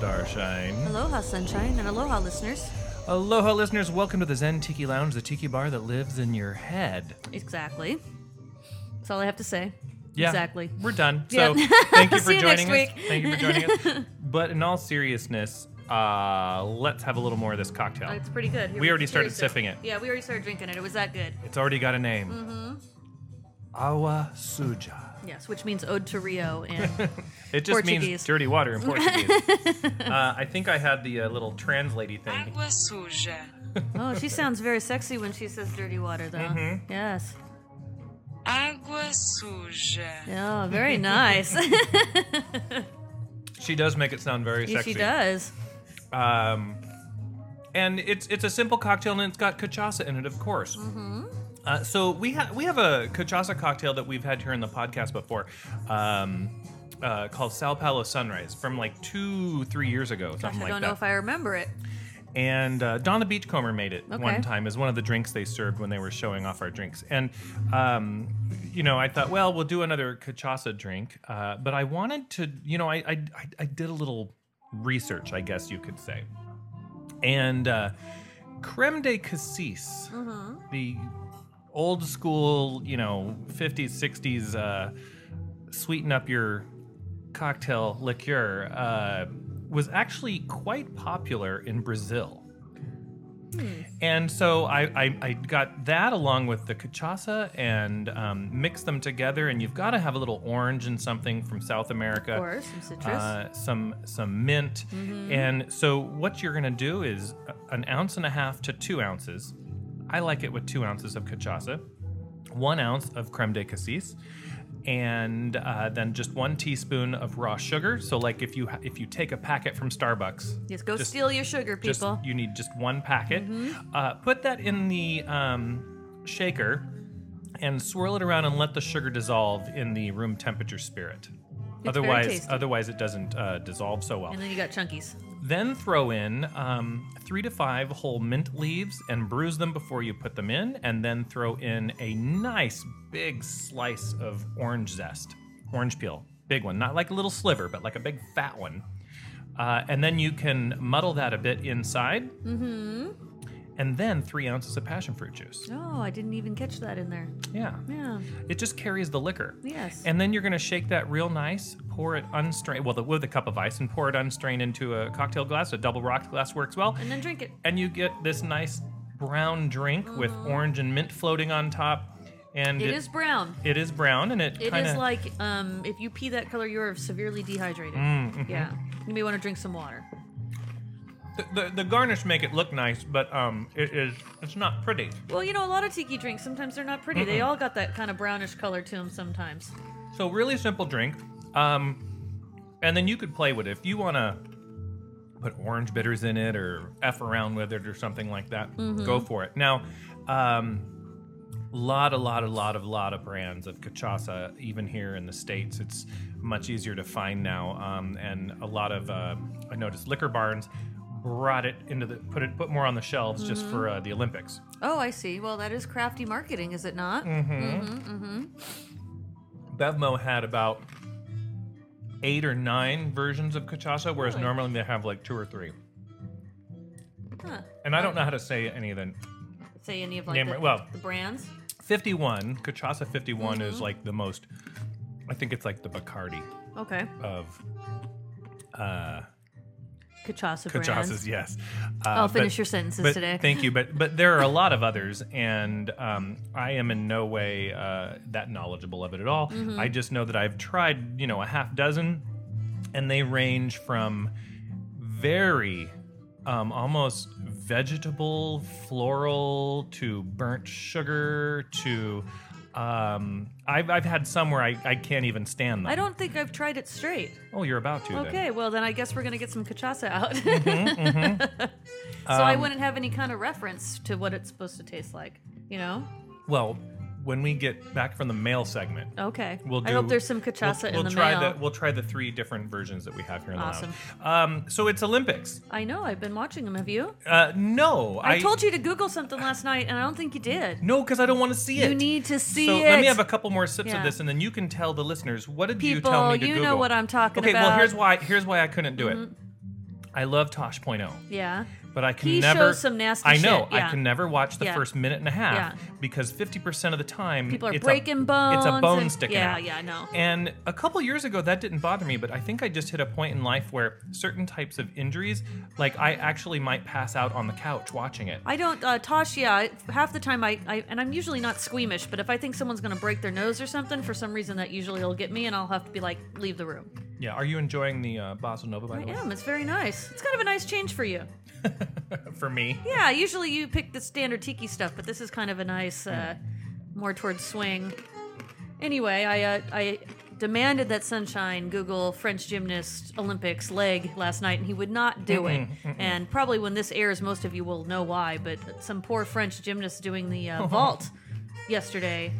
Sunshine. Aloha, sunshine, and aloha, listeners. Aloha, listeners. Welcome to the Zen Tiki Lounge, the tiki bar that lives in your head. Exactly. That's all I have to say. Yeah, Exactly. We're done. Yeah. So thank you for See you next joining us. week. Thank you for joining us. But in all seriousness, uh, let's have a little more of this cocktail. Oh, It's pretty good. Here We already started here we sit. sipping it. Yeah, we already started drinking it. It was that good. It's already got a name. Mm-hmm. Awa Suja. Yes, which means ode to Rio. And It just means Portuguese. dirty water in Portuguese. uh, I think I had the uh, little translaty thing. Água suja. oh, she sounds very sexy when she says dirty water, though. Mm-hmm. Yes. Água suja. Yeah, very nice. She does make it sound very Yeah, sexy. she does. Um, and it's it's a simple cocktail, and it's got cachaça in it, of course. Mm-hmm. Uh, so we ha- we have a cachaça cocktail that we've had here in the podcast before, um, uh, called Sao Paulo Sunrise from like two three years ago, Gosh, something I like don't that. know if I remember it. and uh, Donna Beachcomber made it Okay. one time as one of the drinks they served when they were showing off our drinks. And um, you know, I thought, well, we'll do another cachaça drink, uh, but I wanted to, you know, I I, I I did a little research, I guess you could say, and uh, creme de cassis, the old school, you know, 50s, 60s, uh, sweeten up your cocktail liqueur, uh, was actually quite popular in Brazil. And so I, I, I got that along with the cachaça and um, mixed them together. And you've got to have a little orange and something from South America. Or some citrus. Uh, some some mint, and so what you're gonna do is a- an ounce and a half to two ounces. I like it with two ounces of cachaça, one ounce of creme de cassis, and uh, then just one teaspoon of raw sugar. So like if you ha- if you take a packet from Starbucks, yes, go just- steal your sugar, just people. Mm-hmm. you need just one packet. Uh, put that in the um, shaker and swirl it around and let the sugar dissolve in the room temperature spirit. very otherwise, tasty. otherwise it doesn't uh, dissolve so well. and then you got chunkies. Then throw in um, three to five whole mint leaves and bruise them before you put them in, and then throw in a nice big slice of orange zest, orange peel, big one, not like a little sliver, but like a big fat one. Uh, and then you can muddle that a bit inside. Mm-hmm. And then three ounces of passion fruit juice. Oh, I didn't even catch that in there. Yeah. Yeah. It just carries the liquor. Oh. Yes. And then you're going to shake that real nice, pour it unstrained, well, the, with a cup of ice, and pour it unstrained into a cocktail glass. A double rocked glass works well. And then drink it. And you get this nice brown drink with orange and mint floating on top. And Mm-hmm. it is brown. it is brown, and it, It is kind of like um, if you pee that color, you're severely dehydrated. Mm, mm-hmm. Yeah, you may want to drink some water. the, the, the garnish make it look nice, but um, it is it's not pretty. Well, you know, a lot of tiki drinks sometimes they're not pretty. They all got that kind of brownish color to them sometimes. So really simple drink. Um, and then you could play with it if you want to put orange bitters in it or f around with it or something like that. Go for it. Now, um, lot a lot a lot of lot of brands of cachaça even here in the states. It's much easier to find now, um, and a lot of uh, I noticed liquor barns brought it into the put it put more on the shelves just for uh, the Olympics. Oh, I see. Well, that is crafty marketing, is it not? Mm. Bevmo had about eight or nine versions of cachaça, whereas Really? normally they have like two or three. Huh. And I don't know how to say any of them. Say any of like Name the, it- well. the brands. 51, cachaça 51 is like the most, I think it's like the Bacardi Okay, of cachaça cachazas, brands. yes. Uh, I'll finish your sentences but today. Thank you, but but there are a lot of others, and um, I am in no way uh, that knowledgeable of it at all. Mm-hmm. I just know that I've tried, you know, a half dozen, and they range from very. Um, almost vegetable, floral to burnt sugar to. Um, I've, I've had some where I, I can't even stand them. I don't think I've tried it straight. Oh, you're about to. Then. Okay, well then I guess we're gonna get some cachaça out. Mm-hmm, so I Um, wouldn't have any kind of reference to what it's supposed to taste like. You know? Well, when we get back from the mail segment, Okay. We'll do, I hope there's some we'll- cachaça we'll, in the try mail. The, we'll try the three different versions that we have here in Awesome. the lounge. Um, so it's Olympics. I know. I've been watching them. Have you? Uh, no, I, told you to Google something last night, and I don't think you did. no because I don't want to see it. You need to see so it. let me have a couple more sips of Yeah. this, and then you can tell the listeners what did you People, tell me to you know Google? what I'm talking okay, well about. Mm-hmm. here's why. Here's why I couldn't do it. I love oh. Tosh.0, Yeah. but I can He never. shows some nasty I know. shit, yeah. I can never watch the Yeah. first minute and a half Yeah. because 50% of the time People are it's a- breaking bones. It's a bone and- sticking yeah, out. Yeah, I know. And a couple years ago, that didn't bother me, but I think I just hit a point in life where certain types of injuries, like I actually might pass out on the couch watching it. I don't, uh, Tosh, yeah, I- half the time I, I, and I'm usually not squeamish, but if I think someone's going to break their nose or something, for some reason that usually will get me and I'll have to be like, leave the room. Yeah. Are you enjoying the uh, Bossa Nova, by I the way? am. It's very nice. It's kind of a nice change for you. Uh, For me? Yeah, usually you pick the standard tiki stuff, but this is kind of a nice, uh, more towards swing. Anyway, I uh, I demanded that Sunshine Google French gymnast Olympics leg last night, and he would not do it. And probably when this airs, most of you will know why. But some poor French gymnast doing the uh, vault yesterday.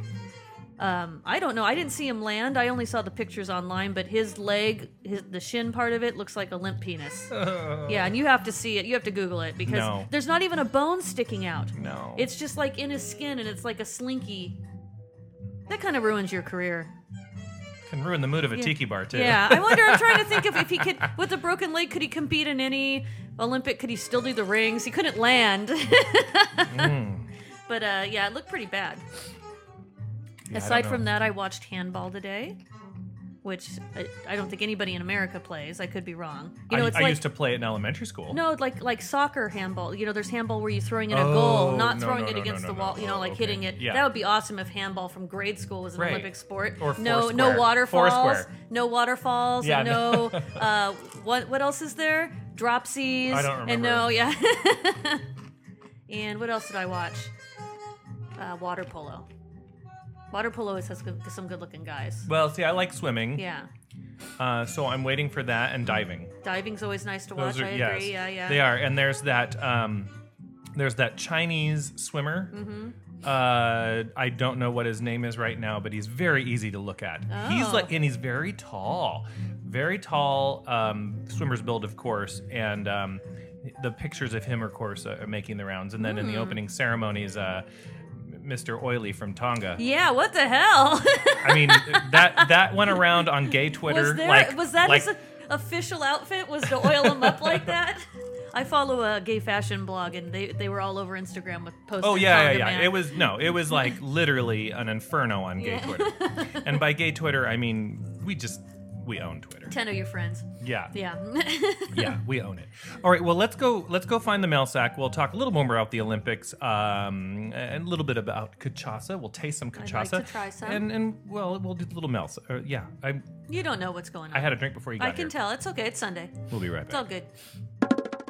Um, I don't know. I didn't see him land. I only saw the pictures online, but his leg, his, the shin part of it, looks like a limp penis. Yeah, and you have to see it. You have to Google it because No. there's not even a bone sticking out. No. It's just like in his skin, and it's like a slinky. That kind of ruins your career. Can ruin the mood of a tiki bar, too. Yeah, I wonder. I'm trying to think of if he could, with a broken leg, could he compete in any Olympic? Could he still do the rings? He couldn't land. Hmm. But uh, yeah, it looked pretty bad. Yeah, I Aside don't from know. that, I watched handball today, which I, I don't think anybody in America plays. I could be wrong. You know, I, it's I like used to play it in elementary school. no, like like soccer handball. You know, there's handball where you throwing in a Oh, goal, not no, throwing no, it no, against no, the no, wall. no. You know, like Oh, hitting okay. it. Yeah. That would be awesome if handball from grade school was an Right. Olympic sport. Or no, no foursquare. waterfalls, Foursquare. no waterfalls, Yeah, and no. no. uh, what what else is there? Dropsies. I don't And remember. no, yeah. and what else did I watch? Uh, water polo. Water polo has has good- some good looking guys. Well, see, I like swimming, Yeah, uh, so I'm waiting for that and diving. diving's always nice to watch. Those are I agree. yes, Yeah, yeah. they are. And there's that um, there's that Chinese swimmer. Mm-hmm. Uh, I don't know what his name is right now, but he's very easy to look at. He's Oh. like, and he's very tall, very tall um, swimmer's build, of course, and. Um, the pictures of him, of course, are making the rounds, and then in the Mm. opening ceremonies, uh, Mr. Oily from Tonga. Yeah, what the hell? I mean, that that went around on gay Twitter. Was there? like, was that like, his official outfit? Was to oil him up like that? I follow a gay fashion blog, and they they were all over Instagram with posts. Oh of yeah, Tonga yeah, yeah. Man. It was no, it was like literally an inferno on gay Yeah. Twitter. And by gay Twitter, I mean we just we own Twitter. ten of your friends. Yeah, yeah, Yeah, we own it. All right, well let's go. Let's go find the mail sack. We'll talk a little more about the Olympics, um, and a little bit about cachaça. We'll taste some I'd cachaça. like to try some. And and well, we'll do a little mail. sa- Uh, yeah, I you don't know what's going on. I had a drink before you got I can here. tell. It's okay. It's Sunday. We'll be right It's all back. good.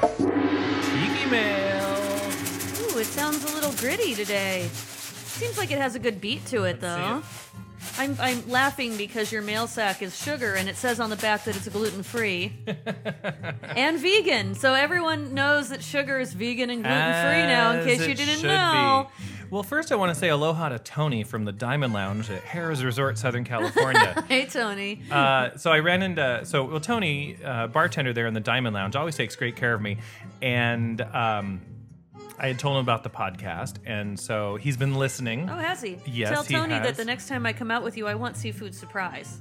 Tiki mail. Ooh, it sounds a little gritty today. Seems like it has a good beat to it, though. Let's I'm, I'm laughing because your mail sack is sugar and it says on the back that it's gluten free and vegan. So everyone knows that sugar is vegan and gluten free now, in As case you it didn't should know. be. Well, first I want to say aloha to Tony from the Diamond Lounge at Harrah's Resort, Southern California. Hey, Tony. uh, so I ran into so well Tony, uh, bartender there in the Diamond Lounge, always takes great care of me, and um, I had told him about the podcast, and so he's been listening. Oh, has he? Yes, Tell he Tony has. that the next time I come out with you, I want seafood surprise.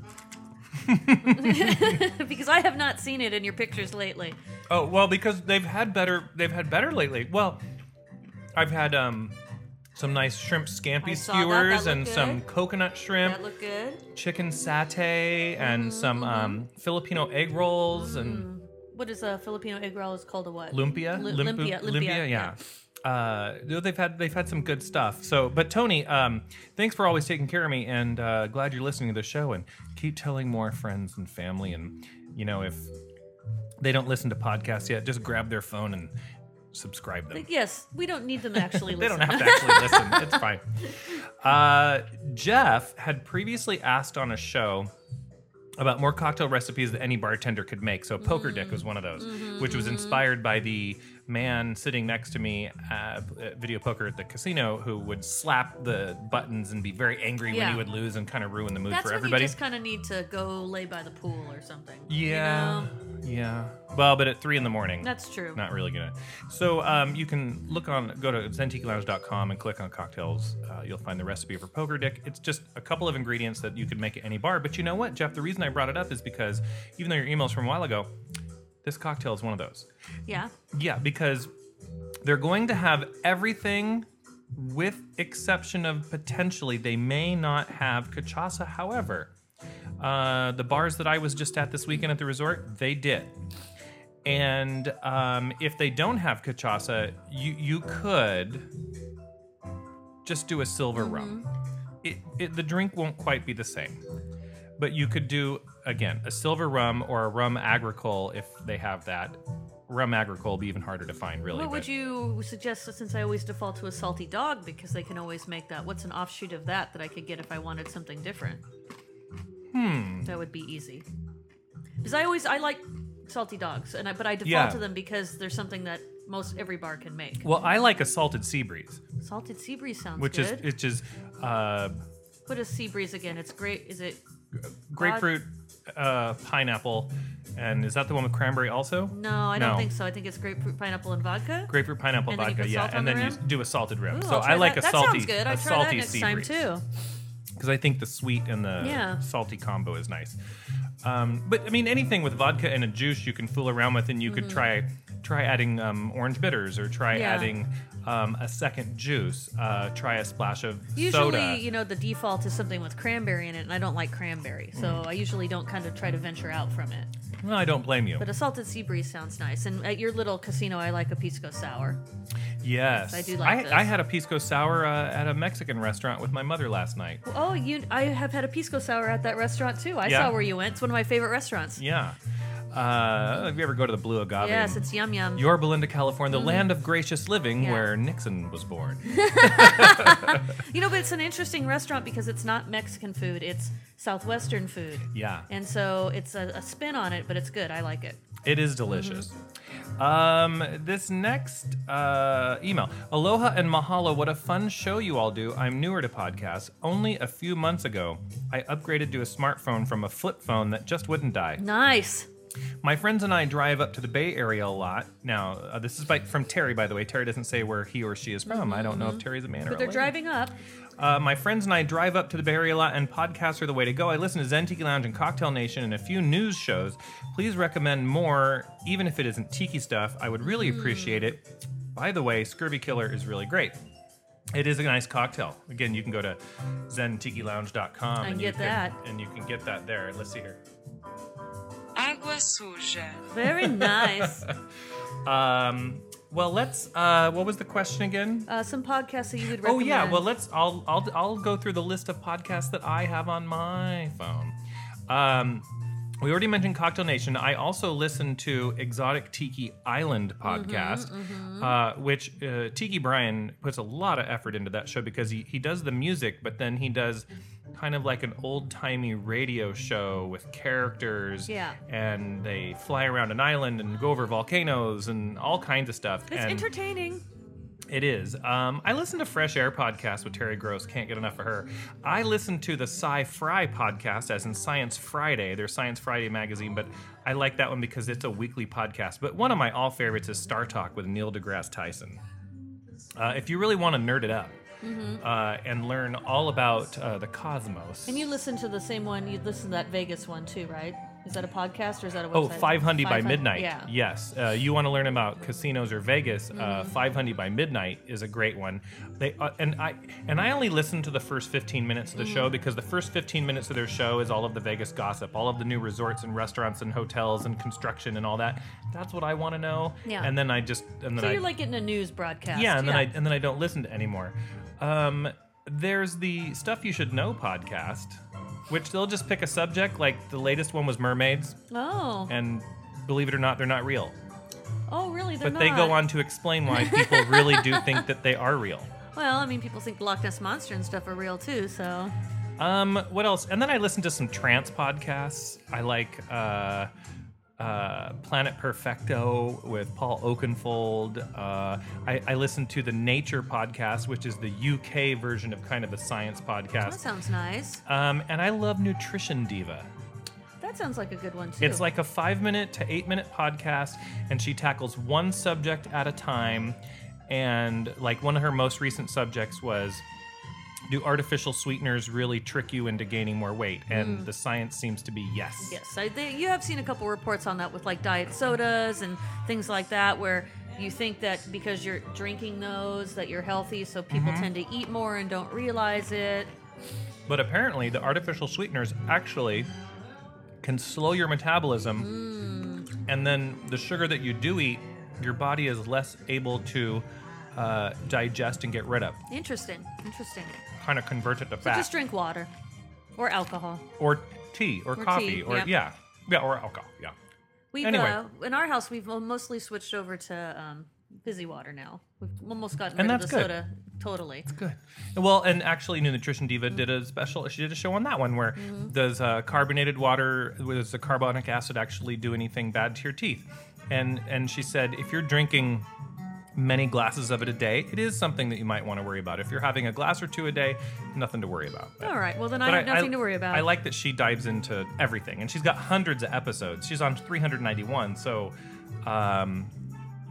because I have not seen it in your pictures lately. Oh well, because they've had better. They've had better lately. Well, I've had um some nice shrimp I scampi saw that. That skewers looked and some good. coconut shrimp. That look good? chicken satay and Mm-hmm, some um, Filipino egg rolls and What is a Filipino egg roll? Is called a what? lumpia, Mm-hmm. Lu- Lim- lumpia, lumpia, yeah. Uh, no, they've had they've had some good stuff. So, but Tony, um, thanks for always taking care of me, and uh, glad you're listening to the show. And keep telling more friends and family, and you know if they don't listen to podcasts yet, just grab their phone and subscribe them. Like, yes, we don't need them to actually They listen. don't have to actually listen. It's fine. Uh, Jeff had previously asked on a show about more cocktail recipes that any bartender could make. So poker Mm-hmm. dick was one of those, which was inspired by the man sitting next to me uh, p- at video poker at the casino who would slap the buttons and be very angry when Yeah. he would lose and kind of ruin the mood That's for when everybody. you just kind of need to go lay by the pool or something. you yeah. know? Yeah. Well, but at three in the morning. That's true. not really gonna. So um, you can look on, go to zentikilounge.com and click on cocktails. Uh, you'll find the recipe for poker dick. It's just a couple of ingredients that you could make at any bar. But you know what, Jeff? The reason I brought it up is because even though your email's from a while ago, this cocktail is one of those. Yeah. Yeah, because they're going to have everything with exception of potentially they may not have cachaça. However, uh, the bars that I was just at this weekend at the resort, they did. And um, if they don't have cachaça, you you could just do a silver Mm-hmm. rum. It, it, the drink won't quite be the same, but you could do again a silver rum or a rum agricole if they have that. Rum agricole would be even harder to find, really. What but- would you suggest since I always default to a salty dog because they can always make that? What's an offshoot of that that I could get if I wanted something different? Hmm. That would be easy. Because I always I like salty dogs and I, but I default Yeah. to them because they're something that most every bar can make. Well, I like a salted sea breeze, Salted sea breeze sounds which is good. which is uh, what is sea breeze again? It's great. Is it grapefruit, uh, pineapple, and is that the one with cranberry also? No, I don't No. think so. I think it's grapefruit, pineapple, and vodka. Grapefruit, pineapple, And then you vodka, put yeah, salt on and the then you rim? do a salted rim. Ooh, so I'll try I like that. a that salty, sounds good. a I try that salty next sea time breeze. too. because I think the sweet and the Yeah. salty combo is nice. Um, but I mean, anything with vodka and a juice you can fool around with, and you could try try adding um, orange bitters or try Mm-hmm. Yeah. adding um, a second juice. Uh, try a splash of Usually, soda. you know, the default is something with cranberry in it, and I don't like cranberry, so Mm. I usually don't kind of try to venture out from it. No, I don't blame you. But a salted sea breeze sounds nice, and at your little casino, I like a pisco sour. Yes, I do like I, this. I had a pisco sour uh, at a Mexican restaurant with my mother last night. Oh, you! I have had a pisco sour at that restaurant too. I Yeah? saw where you went. It's one of my favorite restaurants. Yeah. Uh, have you ever go to the Blue Agave? Yes, in it's yum yum. Yorba Linda, California, the land of gracious living, Yeah. where Nixon was born. you know, but it's an interesting restaurant because it's not Mexican food; it's southwestern food. Yeah. And so it's a, a spin on it, but it's good. I like it. It is delicious. Mm-hmm. Um, this next uh, email Aloha and Mahalo, what a fun show you all do. I'm newer to podcasts. Only a few months ago, I upgraded to a smartphone from a flip phone that just wouldn't die. Nice. My friends and I drive up to the Bay Area a lot. Now, uh, this is by, from Terry, by the way. Terry doesn't say where he or she is from. I don't know if Terry's a man or Mm-hmm. But a they're lady. driving up. Uh, my friends and I drive up to the Bay Area a lot, and podcasts are the way to go. I listen to Zen Tiki Lounge and Cocktail Nation and a few news shows. Please recommend more, even if it isn't tiki stuff. I would really Mm. appreciate it. By the way, Scurvy Killer is really great. It is a nice cocktail. Again, you can go to zentikilounge.com I and you get that. Can, and you can get that there. Let's see here. Água suja. Very nice. Um, well, let's. Uh, what was the question again? Uh, some podcasts that you would Oh recommend. yeah, well let's. I'll I'll I'll go through the list of podcasts that I have on my phone. Um, we already mentioned Cocktail Nation. I also listen to Exotic Tiki Island Mm-hmm, podcast, Uh, which uh, Tiki Brian puts a lot of effort into that show because he he does the music, but then he does kind of like an old timey radio show with characters. Yeah. and they fly around an island and go over volcanoes and all kinds of stuff. it's and, entertaining. it is. Um, I listen to Fresh Air podcast with Terry Gross. Can't get enough of her. I listen to the Sci Fry podcast, as in Science Friday, their Science Friday magazine, but I like that one because it's a weekly podcast. But one of my all favorites is Star Talk with Neil deGrasse Tyson. Uh, if you really want to nerd it up uh, and learn all about uh, the cosmos. And you listen to the same one. You listen to that Vegas one too, right? Is that a podcast or is that a website? Oh, 500 by 500 midnight. Yeah. Yes. Uh, you want to learn about casinos or Vegas? Uh, Mm-hmm. 500 by midnight is a great one. They uh, and I and I only listen to the first 15 minutes of the Mm. show because the first 15 minutes of their show is all of the Vegas gossip, all of the new resorts and restaurants and hotels and construction and all that. That's what I want to know. Yeah. And then I just and then So I you're like getting a news broadcast. yeah, and then I and then I don't listen to anymore. Um, there's the stuff you should know podcast, which they'll just pick a subject. Like the latest one was mermaids Oh. and believe it or not, they're not real. oh, really? They're But they go not. on to explain why people really do think that they are real. Well, I mean, people think the Loch Ness monster and stuff are real too. So Um, what else? And then I listen to some trance podcasts. I like uh, uh, Planet Perfecto with Paul Oakenfold. Uh, I, I listen to the Nature podcast, which is the UK version of kind of a science that podcast. sounds nice. Um, and I love Nutrition Diva. That That sounds like a good one too. It's like a five minute to eight minute podcast, and she tackles one subject at a time. And like one of her most recent subjects was Do artificial sweeteners really trick you into gaining more weight? And the science seems to be yes. Mm. Yes, I think you have seen a couple reports on that with like diet sodas and things like that, where you think that because you're drinking those that you're healthy, so people Mm-hmm. tend to eat more and don't realize it. But apparently, the artificial sweeteners actually can slow your metabolism. Mm. And then the sugar that you do eat, your body is less able to uh, digest and get rid of, Interesting, interesting. kind of convert it to So fat. just drink water or alcohol. or tea or, Or coffee tea, or yep. yeah yeah or alcohol yeah We've Anyway. uh, in our house we've mostly switched over to um, fizzy water now. We've almost gotten And rid of the that's good. soda totally. good well and actually new nutrition diva did a special she did a show on that one where Mm-hmm. does uh, carbonated water does the carbonic acid actually do anything bad to your teeth and and she said if you're drinking many glasses of it a day it is something that you might want to worry about if you're having a glass or two a day nothing to worry about But- All right, well then I but have nothing to worry about. I like that she dives into everything, and she's got hundreds of episodes. She's on 391, so um,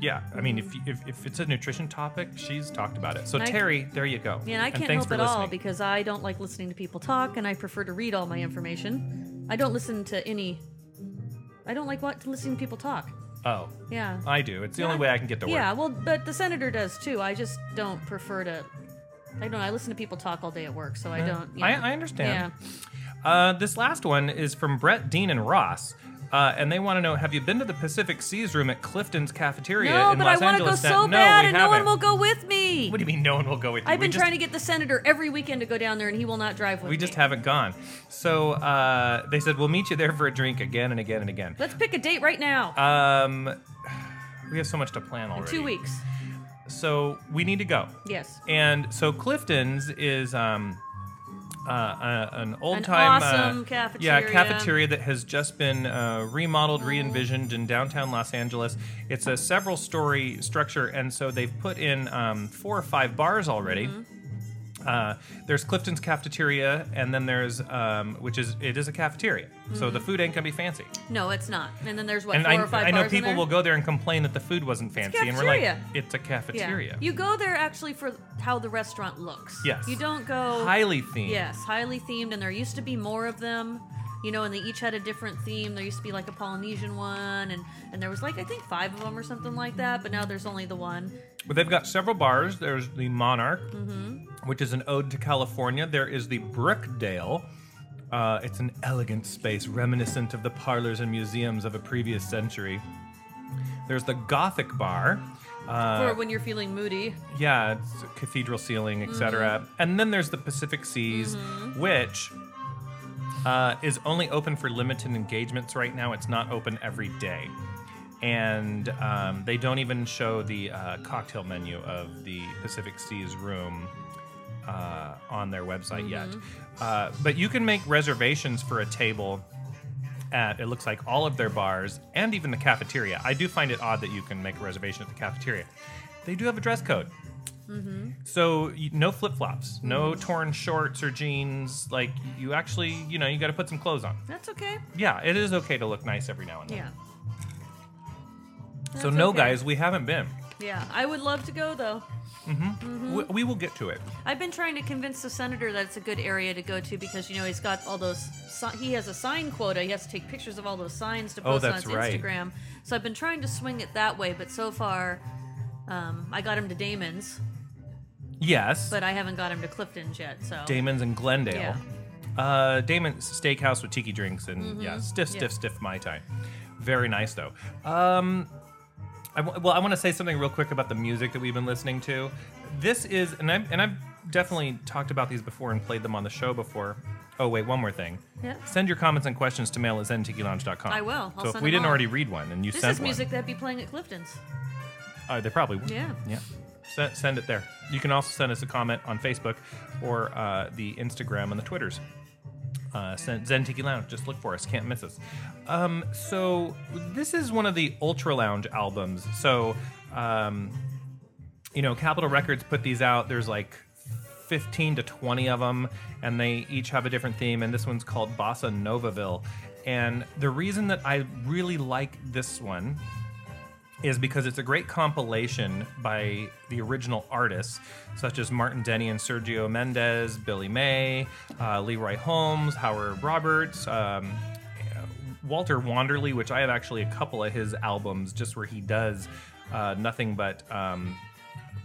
yeah. I mean, if, you- if if it's a nutrition topic, she's talked about it. So I- Terry, there you go. Yeah, and I And can't thanks help for at all listening. because I don't like listening to people talk, and I prefer to read all my information. I don't listen to any. I don't like what listening to people talk. oh, Yeah. I do. It's the only Yeah. way I can get to work. Yeah. Well, but the senator does too. I just don't prefer to. I don't. know, I listen to people talk all day at work, so I don't. You know. I, I understand. Yeah. Uh, this last one is from Brett, Dean, and Ross. Uh, and they want to know: Have you been to the Pacific Seas room at Clifton's cafeteria No, in but Los I want to go Angeles? so no, bad, we and haven't. no one will go with me. What do you mean? No one will go with you? I've We been just trying to get the senator every weekend to go down there, and he will not drive with We me. just haven't gone. So uh, they said, we'll meet you there for a drink again and again and again. Let's pick a date right now. Um, we have so much to plan already. Two weeks. So we need to go. Yes. And so Clifton's is um, uh, uh, an old An time awesome uh, cafeteria. Yeah, cafeteria that has just been uh, remodeled, re envisioned in downtown Los Angeles. It's a several story structure, and so they've put in um, four or five bars already. Mm-hmm. Uh, there's Clifton's cafeteria, and then there's um, which is it is a cafeteria, so the food ain't gonna be fancy. No, it's not. And then there's Mm-hmm. what and four I, or five I know bars in people there? will go there and complain that the food wasn't fancy, and we're like, cafeteria. it's a cafeteria. You go there actually for how the restaurant looks. Yes. You don't go. Highly themed. Yes, highly themed, and there used to be more of them. You know, and they each had a different theme. There used to be like a Polynesian one, and and there was like I think five of them or something like that. But now there's only the one. But they've got several bars. There's the Monarch, which is an ode to California. There is the Brookdale. Uh, it's an elegant space reminiscent of the parlors and museums of a previous century. There's the Gothic Bar. Uh, for when you're feeling moody. Yeah, it's cathedral ceiling, etc. And then there's the Pacific Seas, which uh, is only open for limited engagements right now. It's not open every day. And um, they don't even show the uh, cocktail menu of the Pacific Seas room uh, on their website yet. Uh, but you can make reservations for a table at it looks like all of their bars and even the cafeteria. I do find it odd that you can make a reservation at the cafeteria. They do have a dress code. So y- no flip flops, no torn shorts or jeans. Like you actually, you know, you got to put some clothes on. That's okay. Yeah, it is okay to look nice every now and then. Yeah. so That's no, okay. guys, we haven't been. Yeah, I would love to go though. Mm-hmm. We, we will get to it. I've been trying to convince the senator that it's a good area to go to because you know he's got all those. si- He has a sign quota. He has to take pictures of all those signs to Oh, post on that's his right. Instagram. So I've been trying to swing it that way, but so far, um, I got him to Damon's, Yes, but I haven't got him to Clifton's yet. So Damon's and Glendale. Yeah. Uh, Damon's Steakhouse with tiki drinks and yeah, stiff, stiff, Mm-hmm. Yeah. stiff mai tai. Very nice though. Um, I w- well, I want to say something real quick about the music that we've been listening to. This is, and I've, and I've definitely talked about these before and played them on the show before. Oh wait, one more thing. Yeah. Send your comments and questions to mail at zentikilounge.com. I will. I'll so if send we them didn't all. already read one and you this sent is music one, that'd be playing at Clifton's. uh, they probably would. Yeah. Yeah. Send, send it there. You can also send us a comment on Facebook or uh, the Instagram and the Twitters. Uh, Zen Zen Tiki Lounge, just look for us. Can't miss us. Um, so this is one of the Ultra Lounge albums. So, um, you know, Capitol Records put these out. There's like 15 to 20 of them, and they each have a different theme. And this one's called Bossa Novaville. And the reason that I really like this one is because it's a great compilation by the original artists, such as Martin Denny and Sergio Mendez, Billy May, uh, Leroy Holmes, Howard Roberts, um, Walter Wanderley, which I have actually a couple of his albums just where he does uh, nothing but um,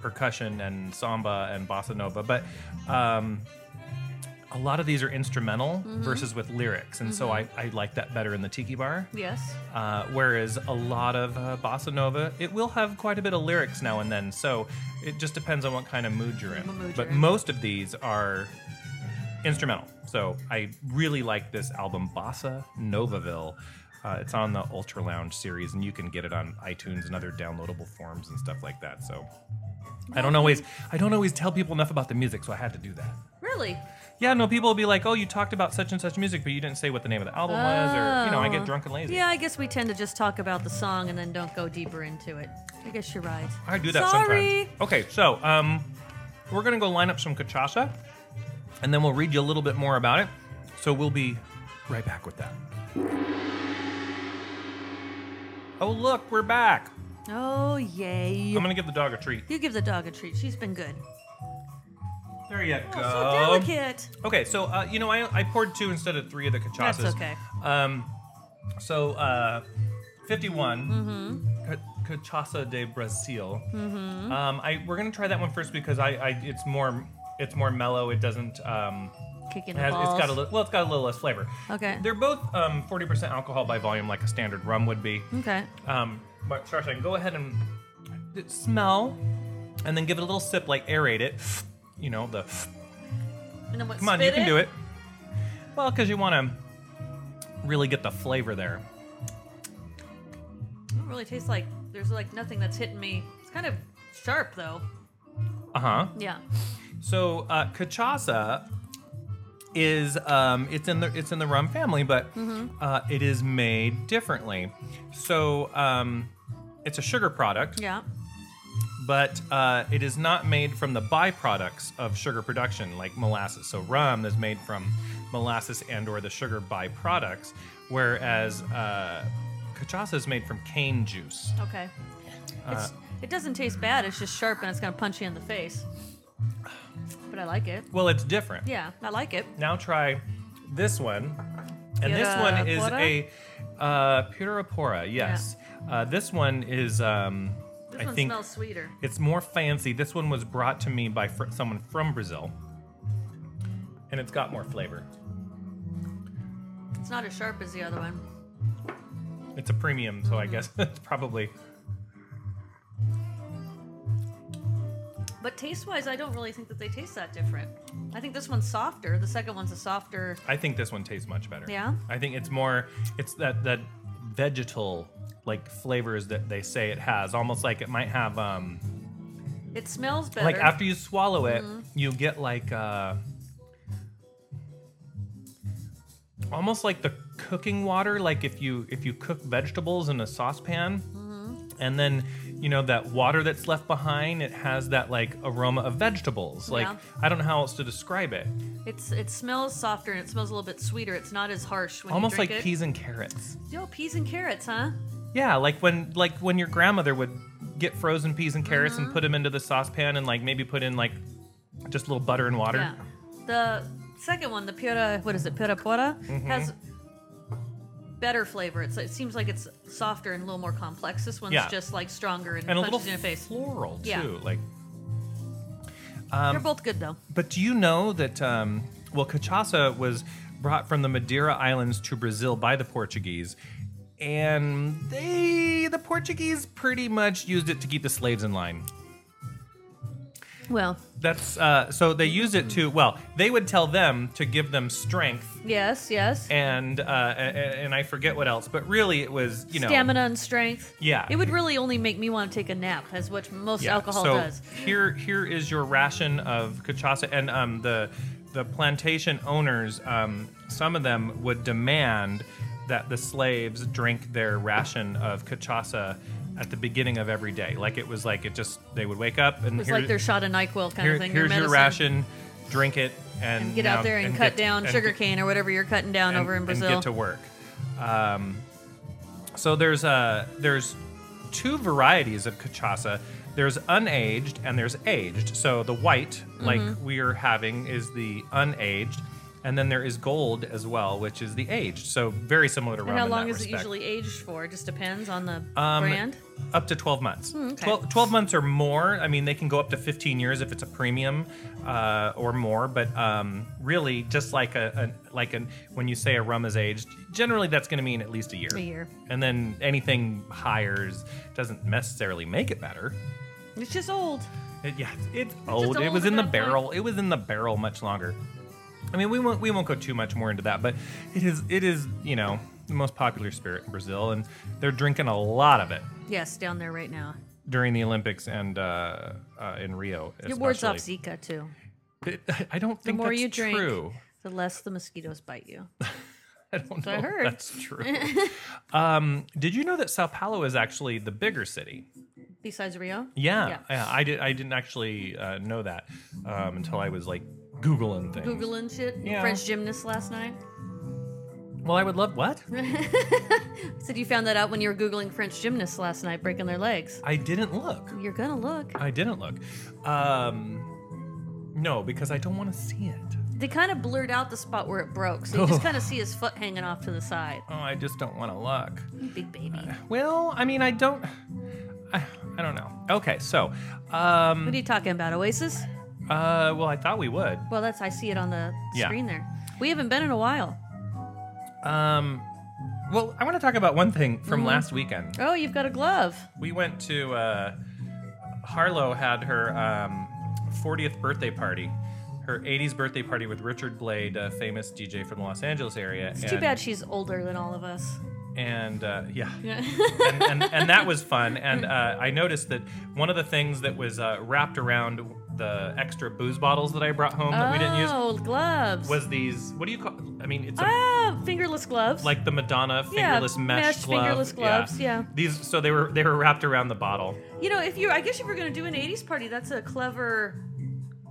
percussion and samba and bossa nova. But um, a lot of these are instrumental versus with lyrics. And so I, I like that better in the tiki bar. Yes. Uh, whereas a lot of uh, bossa nova, it will have quite a bit of lyrics now and then. So it just depends on what kind of mood you're in. What mood but you're in. most of these are instrumental. So I really like this album, Bossa Novaville. Uh, it's on the Ultra Lounge series, and you can get it on iTunes and other downloadable forms and stuff like that. So I don't always, I don't always tell people enough about the music, so I had to do that. Really? Yeah, no, people will be like, "Oh, you talked about such and such music, but you didn't say what the name of the album was," or you know, I get drunk and lazy. Oh. Yeah, I guess we tend to just talk about the song and then don't go deeper into it. I guess you're right. I do that Sorry. sometimes. Okay, so um, we're gonna go line up some cachaça, and then we'll read you a little bit more about it. So we'll be right back with that. Oh look, we're back! Oh, yay. I'm gonna give the dog a treat. You give the dog a treat. She's been good. There you go. Oh, So delicate. Okay, so uh, you know, I, I poured two instead of three of the cachasas. That's okay. Um, so uh, 51, Mm-hmm. Ca- cachaça de Brasil. Um, I we're gonna try that one first because I, I it's more it's more mellow. It doesn't um, Kicking it the has, balls. it's got a li- well, it's got a little less flavor. Okay. they're both um 40% alcohol by volume, like a standard rum would be. okay. Um, but Sharshan, go ahead and d- smell, and then give it a little sip, like aerate it. You know the. And then what, Come on, you can do it. Well, because you want to really get the flavor there. It don't really tastes like there's like nothing that's hitting me. It's kind of sharp though. Uh huh. Yeah. So uh, cachaça is um, it's in the it's in the rum family, but Mm-hmm. uh, it is made differently. So um, it's a sugar product, Yeah. but uh, it is not made from the byproducts of sugar production, like molasses. So rum is made from molasses and or the sugar byproducts, whereas uh, cachaça is made from cane juice. Okay. Uh, It's, it doesn't taste bad. It's just sharp and it's gonna punch you in the face. But I like it. Well, it's different. Yeah, I like it. Now try this one. And this Pira one is pora? a uh, pura pora, yes. Uh, this one is, um, This I one think, smells sweeter. it's more fancy. This one was brought to me by fr- someone from Brazil. And it's got more flavor. It's not as sharp as the other one. It's a premium, so I guess it's probably. But taste wise, I don't really think that they taste that different. I think this one's softer. The second one's a softer. I think this one tastes much better. Yeah? I think it's more, it's that that vegetal like flavors that they say it has, almost like it might have um, It smells better. Mm-hmm. Like after you swallow it, you get like uh almost like the cooking water, like if you if you cook vegetables in a saucepan Mm-hmm. and then you know that water that's left behind, it has that like aroma of vegetables. Like Yeah. I don't know how else to describe it. it's it smells softer and it smells a little bit sweeter. It's not as harsh when almost you like drink it. peas and carrots. Yo, peas and carrots, huh? Yeah, like when like when your grandmother would get frozen peas and carrots Mm-hmm. and put them into the saucepan and like maybe put in like just a little butter and water. Yeah. The second one, the pura, what is it, pura pura, Mm-hmm. has better flavor. It's, it seems like it's softer and a little more complex. This one's Yeah. just like stronger and, and a punches little you in the face. floral too. Yeah. Like, um, They're both good though. but do you know that? Um, well, cachaça was brought from the Madeira Islands to Brazil by the Portuguese, and they, the Portuguese, pretty much used it to keep the slaves in line. Well, That's uh, so they used Mm. it to. Well, they would tell them to give them strength. yes, yes. And uh, a- a- and I forget what else, but really it was you know Stamina and strength. Yeah. It would really only make me want to take a nap, as what most Yeah, alcohol so does. Here, here is your ration of cachaça, and um, the the plantation owners, um, some of them would demand that the slaves drink their ration of cachaça at the beginning of every day. Like it was like it just they would wake up and It's here- like their shot of NyQuil kind here- of thing. here's their your medicine. ration, drink it, and Get now- out there and, cut get- down and sugar get- cane or whatever you're cutting down and- over in and Brazil. get to work. Um, so there's uh, there's two varieties of cachaça. There's unaged and there's aged. So the white, Mm-hmm. like we are having, is the unaged, and then there is gold as well, which is the aged. So very similar to rum. And how in long that is it respect. usually aged for? It just depends on the Um, brand. Up to 12 months. Hmm, okay. 12, 12 months or more. I mean, they can go up to 15 years if it's a premium uh, or more, but um, really, just like a, a like an when you say a rum is aged, generally that's going to mean at least a year. A year. And then anything higher is- doesn't necessarily make it better. It's just old. It, yeah, it's, it's old. It old was at in the that point. barrel. It was in the barrel much longer. I mean, we won't we won't go too much more into that, but it is it is you know the most popular spirit in Brazil, and they're drinking a lot of it Yes, down there right now. during the Olympics and uh, uh, in Rio. It wards off especially. Zika too. It- I don't The think more that's you drink, true. the less the mosquitoes bite you. I don't know. I if heard. That's true. um, did you know that Sao Paulo is actually the bigger city? Besides Rio. Yeah, Yeah. yeah, I did. I didn't actually uh, know that um, until I was like googling things. Googling shit. Yeah. French gymnast last night. Well, I would love what. Said you found that out when you were googling French gymnasts last night breaking their legs. I didn't look. You're gonna look. I didn't look. Um, no, because I don't want to see it. They kind of blurred out the spot where it broke, so you just kind of see his foot hanging off to the side. Oh, I just don't want to look. Big baby. Well, I mean, I don't. I, I don't know. Okay, so, um, What are you talking about, Oasis? uh, well, I thought we would. Well, that's I see it on the Yeah. screen there. We haven't been in a while. Um, well, I want to talk about one thing from last weekend. Oh, you've got a glove. We went to uh, Harlow had her um, 40th birthday party, her 80s birthday party with Richard Blade, a famous DJ from the Los Angeles area. It's too bad she's older than all of us. And uh, yeah, Yeah. and, and, and that was fun. And uh, I noticed that one of the things that was uh, wrapped around the extra booze bottles that I brought home that we didn't use Oh, gloves. was these. What do you call? I mean, it's a, ah, fingerless gloves. like the Madonna Yeah, fingerless mesh meshed glove. fingerless gloves, yeah. These. So they were they were wrapped around the bottle. you know, if you, I guess if you're gonna do an '80s party, that's a clever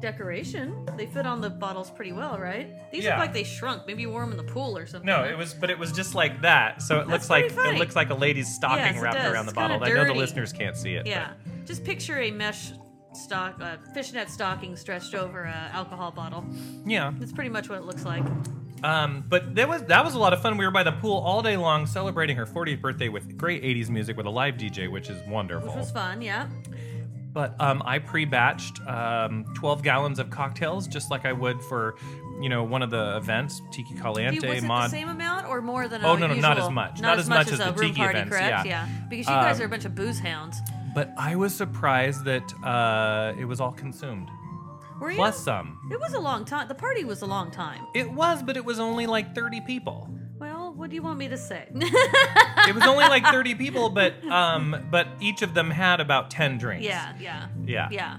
decoration. They fit on the bottles pretty well, right? These Yeah. look like they shrunk. Maybe you wore them in the pool or something. No, it was, but it was just like that. So it looks like pretty it funny. looks like a lady's stocking Yes, it wrapped does. around the It's kinda bottle. I know the dirty. listeners can't see it. but- Yeah. Just picture a mesh stock, uh, fishnet stocking stretched over a alcohol bottle. yeah. That's pretty much what it looks like. Um, but that was that was a lot of fun. We were by the pool all day long celebrating her 40th birthday with great 80s music with a live DJ, which is wonderful. Which was fun, yeah. But um, I pre-batched um, 12 gallons of cocktails, just like I would for, you know, one of the events, Tiki Do you- Caliente, was it Mod. the same amount or more than? Oh, a no, no, usual, not as much. Not, Not as much as a the room tiki party, events, correct? yeah. Yeah. because you guys Um, are a bunch of booze hounds. But I was surprised that uh, it was all consumed, Were you? plus uh, some. it was a long time. The party was a long time. It was, but it was only like 30 people. Well, what do you want me to say? It was only like 30 people, but um, but each of them had about 10 drinks. yeah, yeah, Yeah. yeah,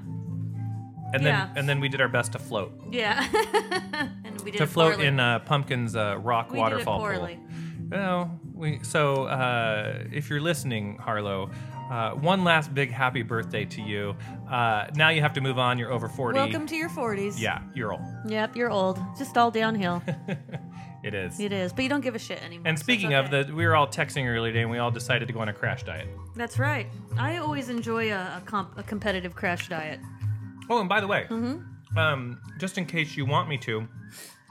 And then Yeah. and then we did our best to float. yeah. and we did to it float poorly. in uh, Pumpkin's uh, rock We did it waterfall poorly. pool. Well, we, so uh, if you're listening, Harlow, uh, one last big happy birthday to you. Uh, now you have to move on. You're over 40. Welcome to your forties. yeah, you're old. Yep, you're old. Just all downhill. It is. it is, but you don't give a shit anymore. and so it's speaking of okay. that, we were all texting earlier today, and we all decided to go on a crash diet. that's right. I always enjoy a, a, comp, a competitive crash diet. Oh, and by the way, Mm-hmm. um, just in case you want me to,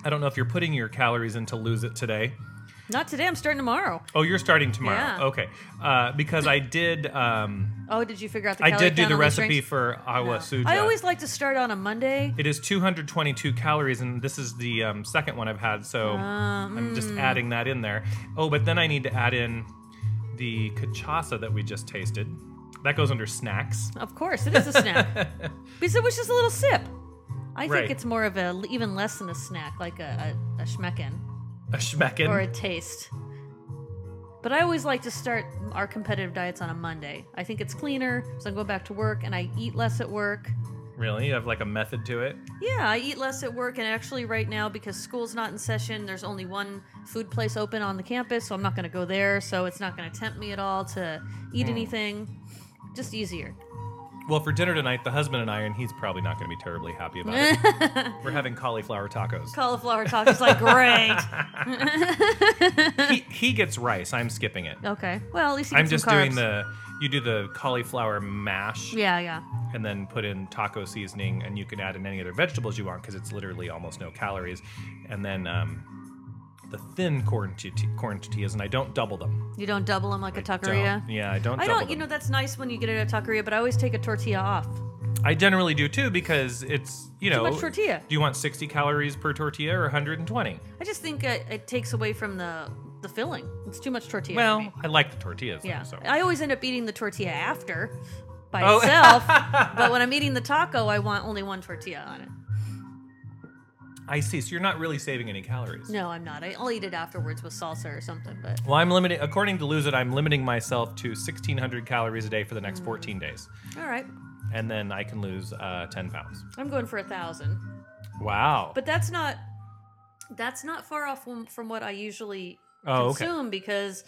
I don't know if you're putting your calories in to lose it today. Not today. I'm starting tomorrow. Oh, you're starting tomorrow. Yeah. Okay, uh, because I did. Um, Oh, did you figure out the? I calorie did do count the on those recipe drinks? for awa suja. I always like to start on a Monday. It is 222 calories, and this is the um, second one I've had, so Ah, I'm mm. just adding that in there. Oh, but then I need to add in the cachaça that we just tasted. That goes under snacks. Of course, it is a snack. because it was just a little sip. I Right. think it's more of a even less than a snack, like a a, a schmecken A schmeckin. or a taste. But I always like to start our competitive diets on a Monday. I think it's cleaner, so I go back to work and I eat less at work. really? You have like a method to it? Yeah, I eat less at work, and actually, right now, because school's not in session, there's only one food place open on the campus, so I'm not going to go there, so it's not going to tempt me at all to eat anything. Just easier. Well, for dinner tonight, the husband and I, and he's probably not going to be terribly happy about it. We're having cauliflower tacos. Cauliflower tacos, like great. he, he gets rice. I'm skipping it. Okay. Well, at least you get I'm some just carbs. doing the. You do the cauliflower mash, Yeah, yeah. and then put in taco seasoning, and you can add in any other vegetables you want because it's literally almost no calories. And then um, the thin corn, t- corn tortillas, and I don't double them. You don't double them like a Don't- taqueria. yeah, I don't. Oh, I double don't. You them. know that's nice when you get it at a taqueria, but I always take a tortilla off. I generally do too because it's you know much tortilla. Do you want 60 calories per tortilla or 120? I just think it, it takes away from the the filling. It's too much tortilla. for me. Well, I like the tortillas. though, yeah. so. I always end up eating the tortilla after by Oh. itself, but when I'm eating the taco, I want only one tortilla on it. I see. So you're not really saving any calories. No, I'm not. I- I'll eat it afterwards with salsa or something. But Well, I'm limiting. According to Lose It, I'm limiting myself to 1,600 calories a day for the Mm. next 14 days, all right, and then I can lose uh, 10 pounds. I'm going for a thousand. Wow. But that's not that's not far off from, from what I usually Oh, okay. consume because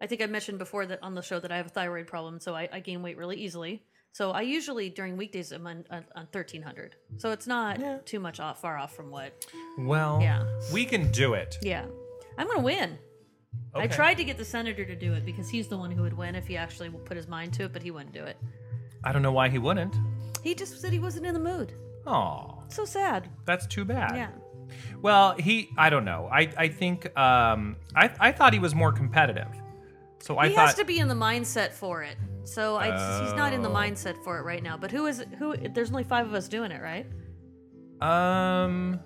I think I mentioned before that on the show that I have a thyroid problem, so I, I gain weight really easily. So I usually during weekdays I'm on, on, on thirteen hundred, so it's not Yeah. too much off far off from what. well, Yeah. we can do it. Yeah, I'm gonna win. I Okay. tried to get the senator to do it because he's the one who would win if he actually put his mind to it, but he wouldn't do it. I don't know why he wouldn't. He just said he wasn't in the mood. Oh, So sad. that's too bad. Yeah. Well, he. I don't know. I. I think. Um. I. I thought he was more competitive. So I he thought. has to be in the mindset for it. So I just, he's not in the Oh. mindset for it right now. But who is who? There's only five of us doing it, right? Um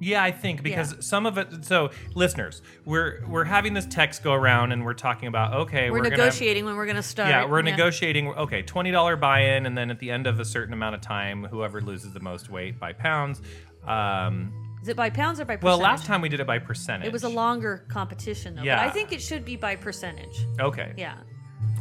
yeah, I think because some of it so listeners, we're we're having this text go around and we're talking about okay, We're, we're, gonna negotiating when we're going to start. yeah, we're negotiating. Okay, twenty dollar buy-in, and then at the end of a certain amount of time, whoever loses the most weight by pounds. Um, Is it by pounds or by percentage? well, last time we did it by percentage. it was a longer competition though. Yeah. But I think it should be by percentage. Okay. Yeah.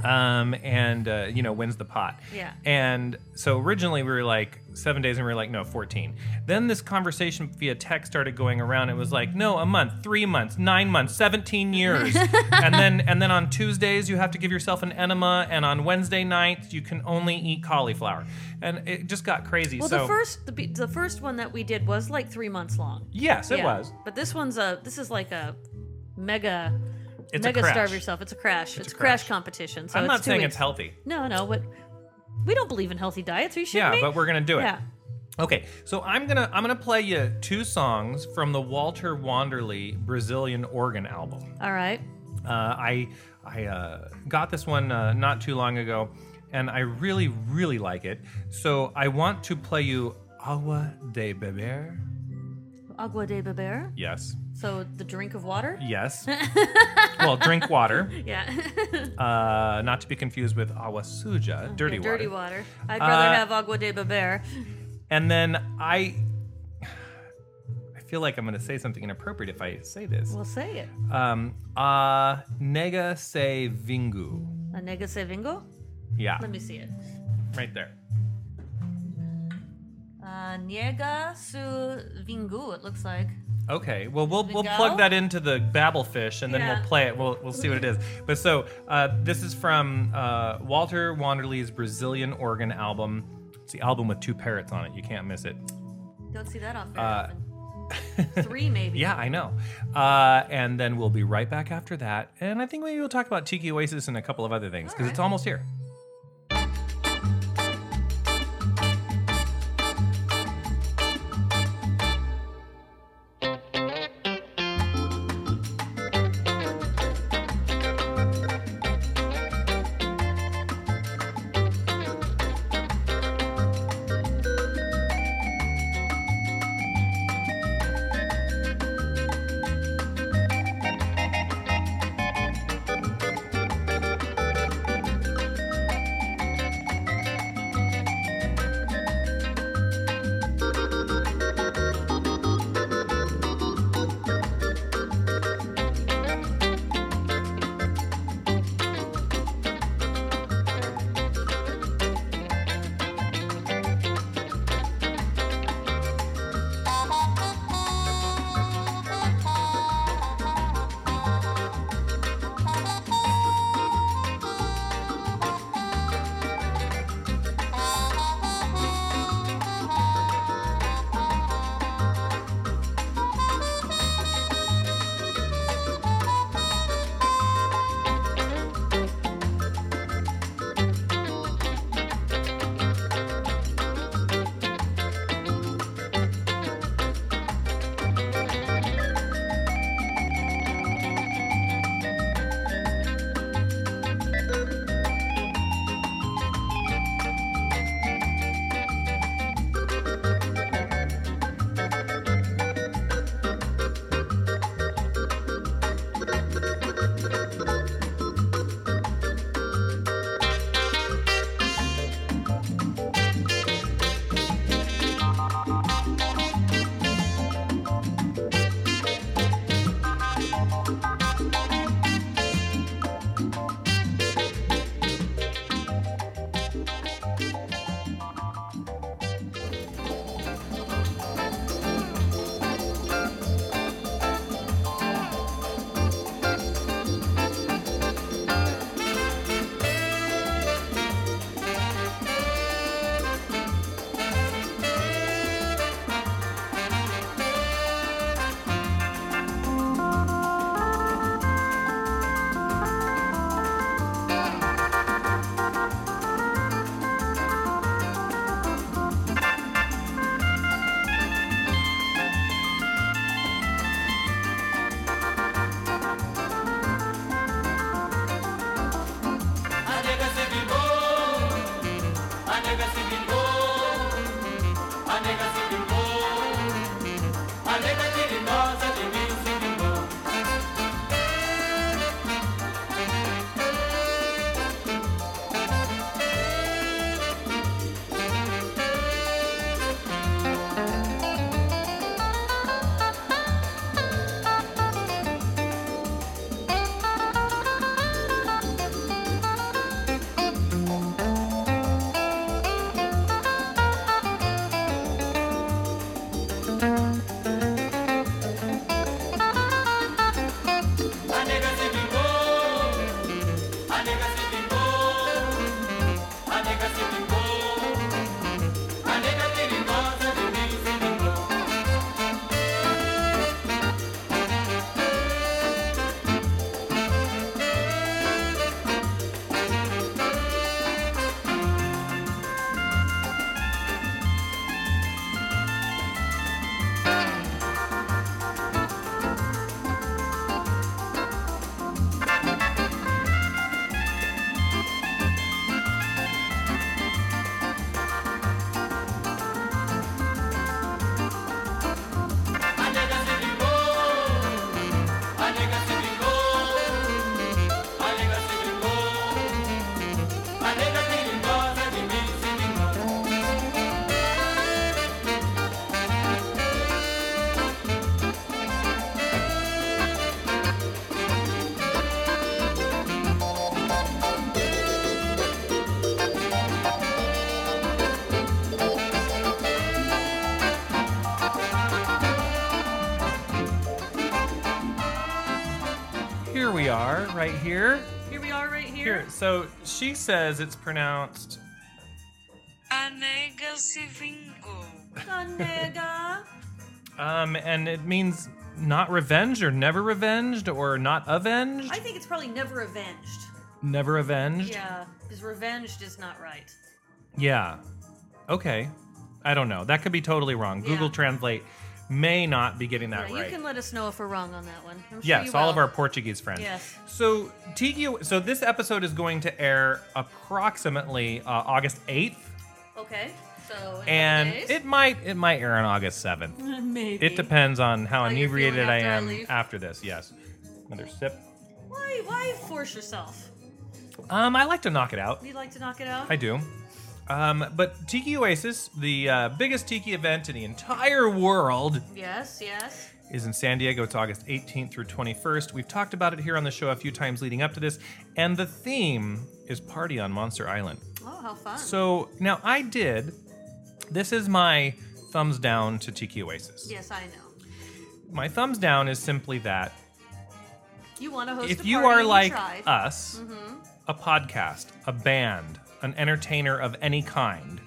um, and uh, you know wins the pot. Yeah. And so originally we were like seven days, and we were like no fourteen. Then this conversation via text started going around. It was like no, a month, three months, nine months, seventeen years, and then and then on Tuesdays you have to give yourself an enema, and on Wednesday nights you can only eat cauliflower, and it just got crazy. Well, so the first the, be- the first one that we did was like three months long. yes, it Yeah. was. But this one's a this is like a mega It's a mega crash. starve yourself. It's a crash. It's, a a crash. crash. competition. So I'm it's not two saying weeks. it's healthy. No, no. What we don't believe in healthy diets. Are you Yeah, shitting me? but we're gonna do it. yeah. Okay, so I'm gonna I'm gonna play you two songs from the Walter Wanderley Brazilian organ album. All right. Uh, I I uh, got this one uh, not too long ago, and I really really like it. So I want to play you Agua de Beber. Agua de beber. Yes, So the drink of water? yes. well, drink water, Yeah. uh, not to be confused with agua suja, dirty, Dirty water. water. I'd rather Uh, have agua de beber. And then I I feel like I'm gonna say something inappropriate if I say this. We'll say it. Um, uh, nega se vingu. A nega se vingo? Yeah, Let me see it. right there. Uh, nega su vingu, it looks like. Okay. Well, we'll we'll go? plug that into the babble fish, and then Yeah. we'll play it. We'll we'll see what it is. But so uh, this is from uh, Walter Wanderley's Brazilian organ album. It's the album with two parrots on it. You can't miss it. Don't see that off very often. Three, maybe. Uh, Yeah, I know. Uh, and then we'll be right back after that. And I think maybe we'll talk about Tiki Oasis and a couple of other things because it's Alright. almost here. here we are, right here. Here we are, right here. Here. So she says it's pronounced Anega se vingou. Kanega. Um, and it means not revenged or never revenged or not avenged. I think it's probably never avenged. never avenged. Yeah, because revenged is not right. Yeah. Okay. I don't know. That could be totally wrong. Yeah. Google Translate may not be getting that yeah, right. You can let us know if we're wrong on that one. I'm sure yes, you all of will. our Portuguese friends. Yes. So Tiki, so this episode is going to air approximately uh, August eighth, Okay, so. in a couple and days? it might it might air on August seventh. Maybe. It depends on how, How you're inebriated feeling I after I am leave. after this. Yes. Another sip. Why, why force yourself? Um, I like to knock it out. You'd like to knock it out? I do. Um, but Tiki Oasis, the uh, biggest tiki event in the entire world, yes, yes. is in San Diego. It's August 18th through 21st. We've talked about it here on the show a few times leading up to this, and the theme is party on Monster Island. Oh, how fun. So now I did. This is my thumbs down to Tiki Oasis. yes, I know. My thumbs down is simply that You Mm-hmm. want to host a if you party, are like tried. us, a podcast, a band, an entertainer of any kind,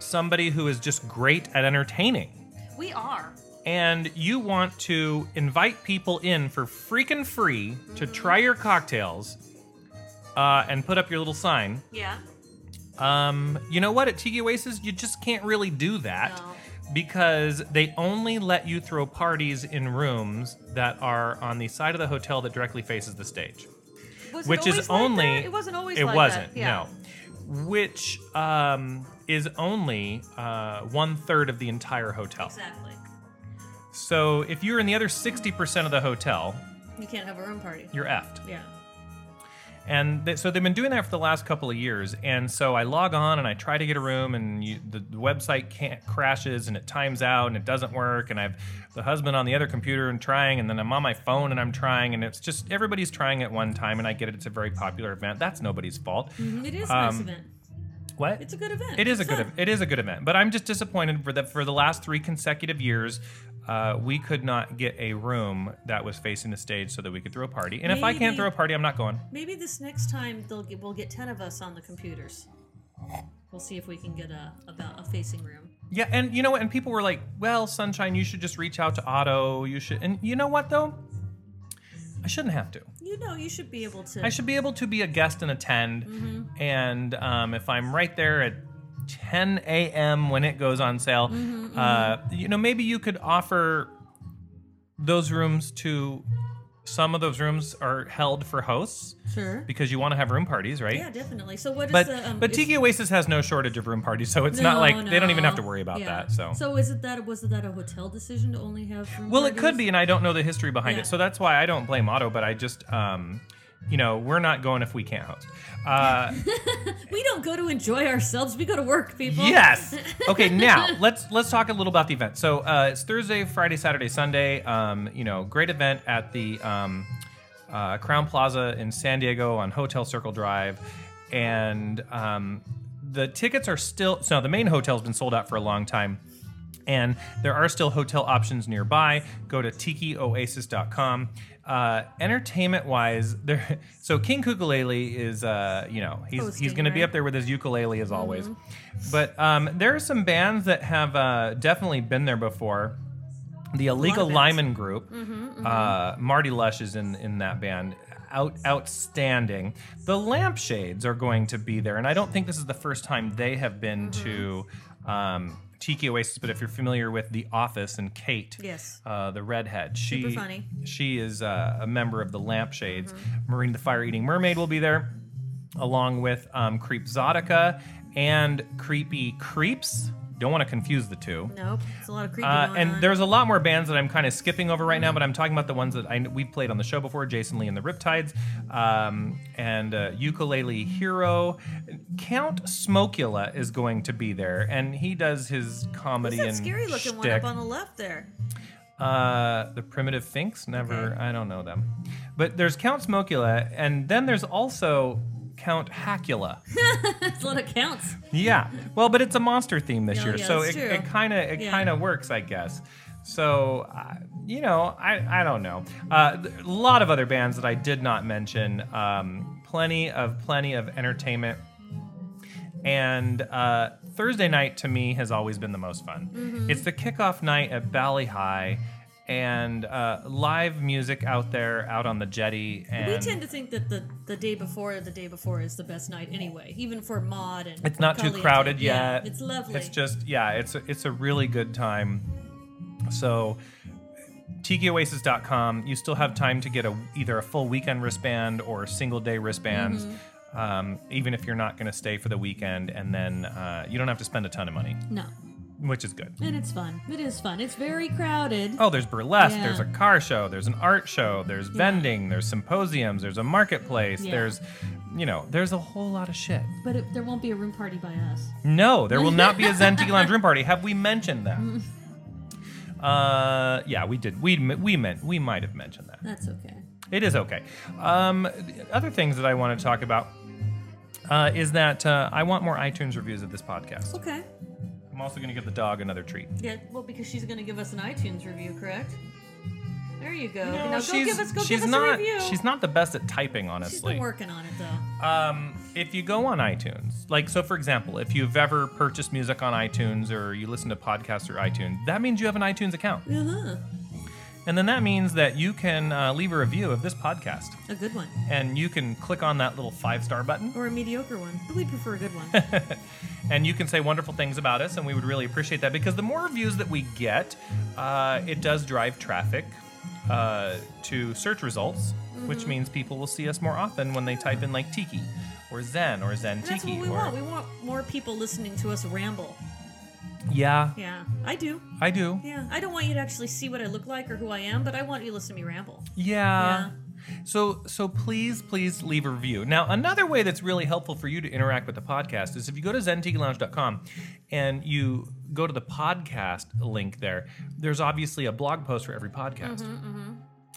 somebody who is just great at entertaining, we are. and you want to invite people in for freaking free to Mm-hmm. try your cocktails uh, and put up your little sign, Yeah. um, you know what? At Tiki Oasis, you just can't really do that No. because they only let you throw parties in rooms that are on the side of the hotel that directly faces the stage Was it which always is like only that? It wasn't always. it like wasn't That. Yeah. no which um is only uh one third of the entire hotel Exactly. so if you're in the other 60% of the hotel You can't have a room party. you're effed Yeah. and they, so they've been doing that for the last couple of years and so i log on and i try to get a room and you, the, the website can't crashes and it times out and it doesn't work and i've the husband on the other computer and trying and then i'm on my phone and i'm trying and it's just everybody's trying at one time and i get it it's a very popular event that's nobody's fault It is a nice Um, event. what Mm-hmm. It's a good event. It is a It's good. fun. ev- It is a good event, but I'm just disappointed for the for the last three consecutive years. Uh, we could not get a room that was facing the stage so that we could throw a party. And if I can't Maybe- throw a party, I'm not going. Maybe this next time they'll get, we'll get ten of us on the computers. We'll see if we can get a about a facing room. Yeah, and you know what? And people were like, "Well, Sunshine, you should just reach out to Otto. You should." And you know what though? I shouldn't have to. You know, you should be able to. I should be able to be a guest and attend. Mm-hmm. And um, if I'm right there at 10 a.m. when it goes on sale, Mm-hmm, uh, you know, maybe you could offer those rooms to some of those rooms are held for hosts sure. because you want to have room parties, right? Yeah, definitely. So what is But the? Um, but is- Tiki Oasis has no shortage of room parties, so it's not No, like they don't even no. have to worry about Yeah. that. So, So is it that was it that a hotel decision to only have? Room well, it could be, parties? and I don't know the history behind Yeah. it, so that's why I don't blame Otto. But I just, um, you know, we're not going if we can't host. Uh, We don't go to enjoy ourselves. We go to work, people. Yes. Okay. Now let's let's talk a little about the event. So uh, it's Thursday, Friday, Saturday, Sunday. Um, you know, great event at the um, uh, Crown Plaza in San Diego on Hotel Circle Drive, and um, the tickets are still. So the main hotel's been sold out for a long time. And there are still hotel options nearby. Go to tikioasis.com. Uh, entertainment wise, there. So King Kukulele is, uh, you know, he's he's Hosting, going to be right? Mm-hmm. up there with his ukulele as always. But um, there are some bands that have uh, definitely been there before. The Illegal bands. Mm-hmm, Lyman Group, Uh, Marty Lush is in in that band. Out, outstanding. The Lampshades are going to be there, and I don't think this is the first time they have been Mm-hmm. to um, Tiki Oasis. But if you're familiar with The Office and Kate, Yes. uh, the redhead, she Super funny. Mm-hmm. she is uh, a member of the Lampshades. Marine the Fire Eating Mermaid will be there, along with um, Creep Zotica and Creepy Creeps. Don't want to confuse the two. Nope. It's a lot of creepy. Uh, going and on. Mm-hmm. there's a lot more bands that I'm kind of skipping over right now, but I'm talking about the ones that I, we've played on the show before Jason Lee and the Riptides, um, and uh, Ukulele Hero. Count Smokula is going to be there, and he does his comedy What's that and scary looking one shtick. up on the left there? Uh, the primitive finks never. Okay. I don't know them, but there's Count Smokula, and then there's also Count Hacula. That's a lot of counts. yeah, well, but it's a monster theme this Yeah, year, yeah, so that's it true. it kind of it Yeah. kind of works, I guess. So uh, you know, I, I don't know. Uh, th- a lot of other bands that I did not mention. Um, plenty of plenty of entertainment. And uh, Thursday night to me has always been the most fun. Mm-hmm. It's the kickoff night at Bally High, and uh, live music out there, out on the jetty. And We tend to think that the, the day before or the day before is the best night anyway, even for mod and It's not too caliente. crowded Yeah, yet. it's lovely. It's just yeah, it's a, it's a really good time. So tikioasis.com, you still have time to get a either a full weekend wristband or single day wristbands. Mm-hmm. Um, even if you're not going to stay for the weekend, and then uh, you don't have to spend a ton of money, no, which is good. and it's fun. It is fun. It's very crowded. Oh, there's burlesque, Yeah. there's a car show, there's an art show, there's vending, there's symposiums, there's a marketplace, Yeah. there's, you know, there's a whole lot of shit. But it, there won't be a room party by us. No, there will not be a Zen Tiki Lounge room party. Have we mentioned that? Uh, yeah, we did. We we meant we might have mentioned that. That's okay. It is okay. Um, other things that I want to talk about uh, is that uh, I want more iTunes reviews of this podcast. Okay. I'm also going to give the dog another treat. Yeah, well, because she's going to give us an iTunes review, correct? There you go. No, now go she's- give us, go she's give us not. a review. She's not the best at typing, She's honestly. been working on it though. Um, if you go on iTunes, like so, for example, if you've ever purchased music on iTunes or you listen to podcasts through iTunes, that means you have an iTunes account. Uh-huh. And then that means that you can uh, leave a review of this podcast. A good one And you can click on that little five star button or a mediocre one, but we prefer a good one. and you can say wonderful things about us. And we would really appreciate that because the more reviews that we get, uh, it does drive traffic uh, to search results, which Mm-hmm. means people will see us more often when they type in like Tiki or Zen or Zen And that's Tiki. what we or, want. We want more people listening to us ramble. Yeah, Yeah, I do. I do. Yeah, I don't want you to actually see what I look like or who I am, but I want you to listen to me ramble. Yeah. So so please please leave a review. Now another way that's really helpful for you to interact with the podcast is if you go to zentikilounge.com and you go to the podcast link there. There's obviously a blog post for every podcast.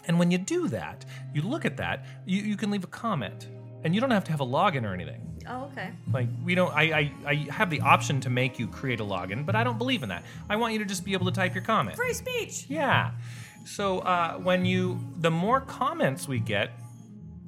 And when you do that, you look at that, you, you can leave a comment. And you don't have to have a login or anything Oh, okay. like we don't I, I i have the option to make you create a login but i don't believe in that i want you to just be able to type your comment Free speech. yeah. So uh, when you, the more comments we get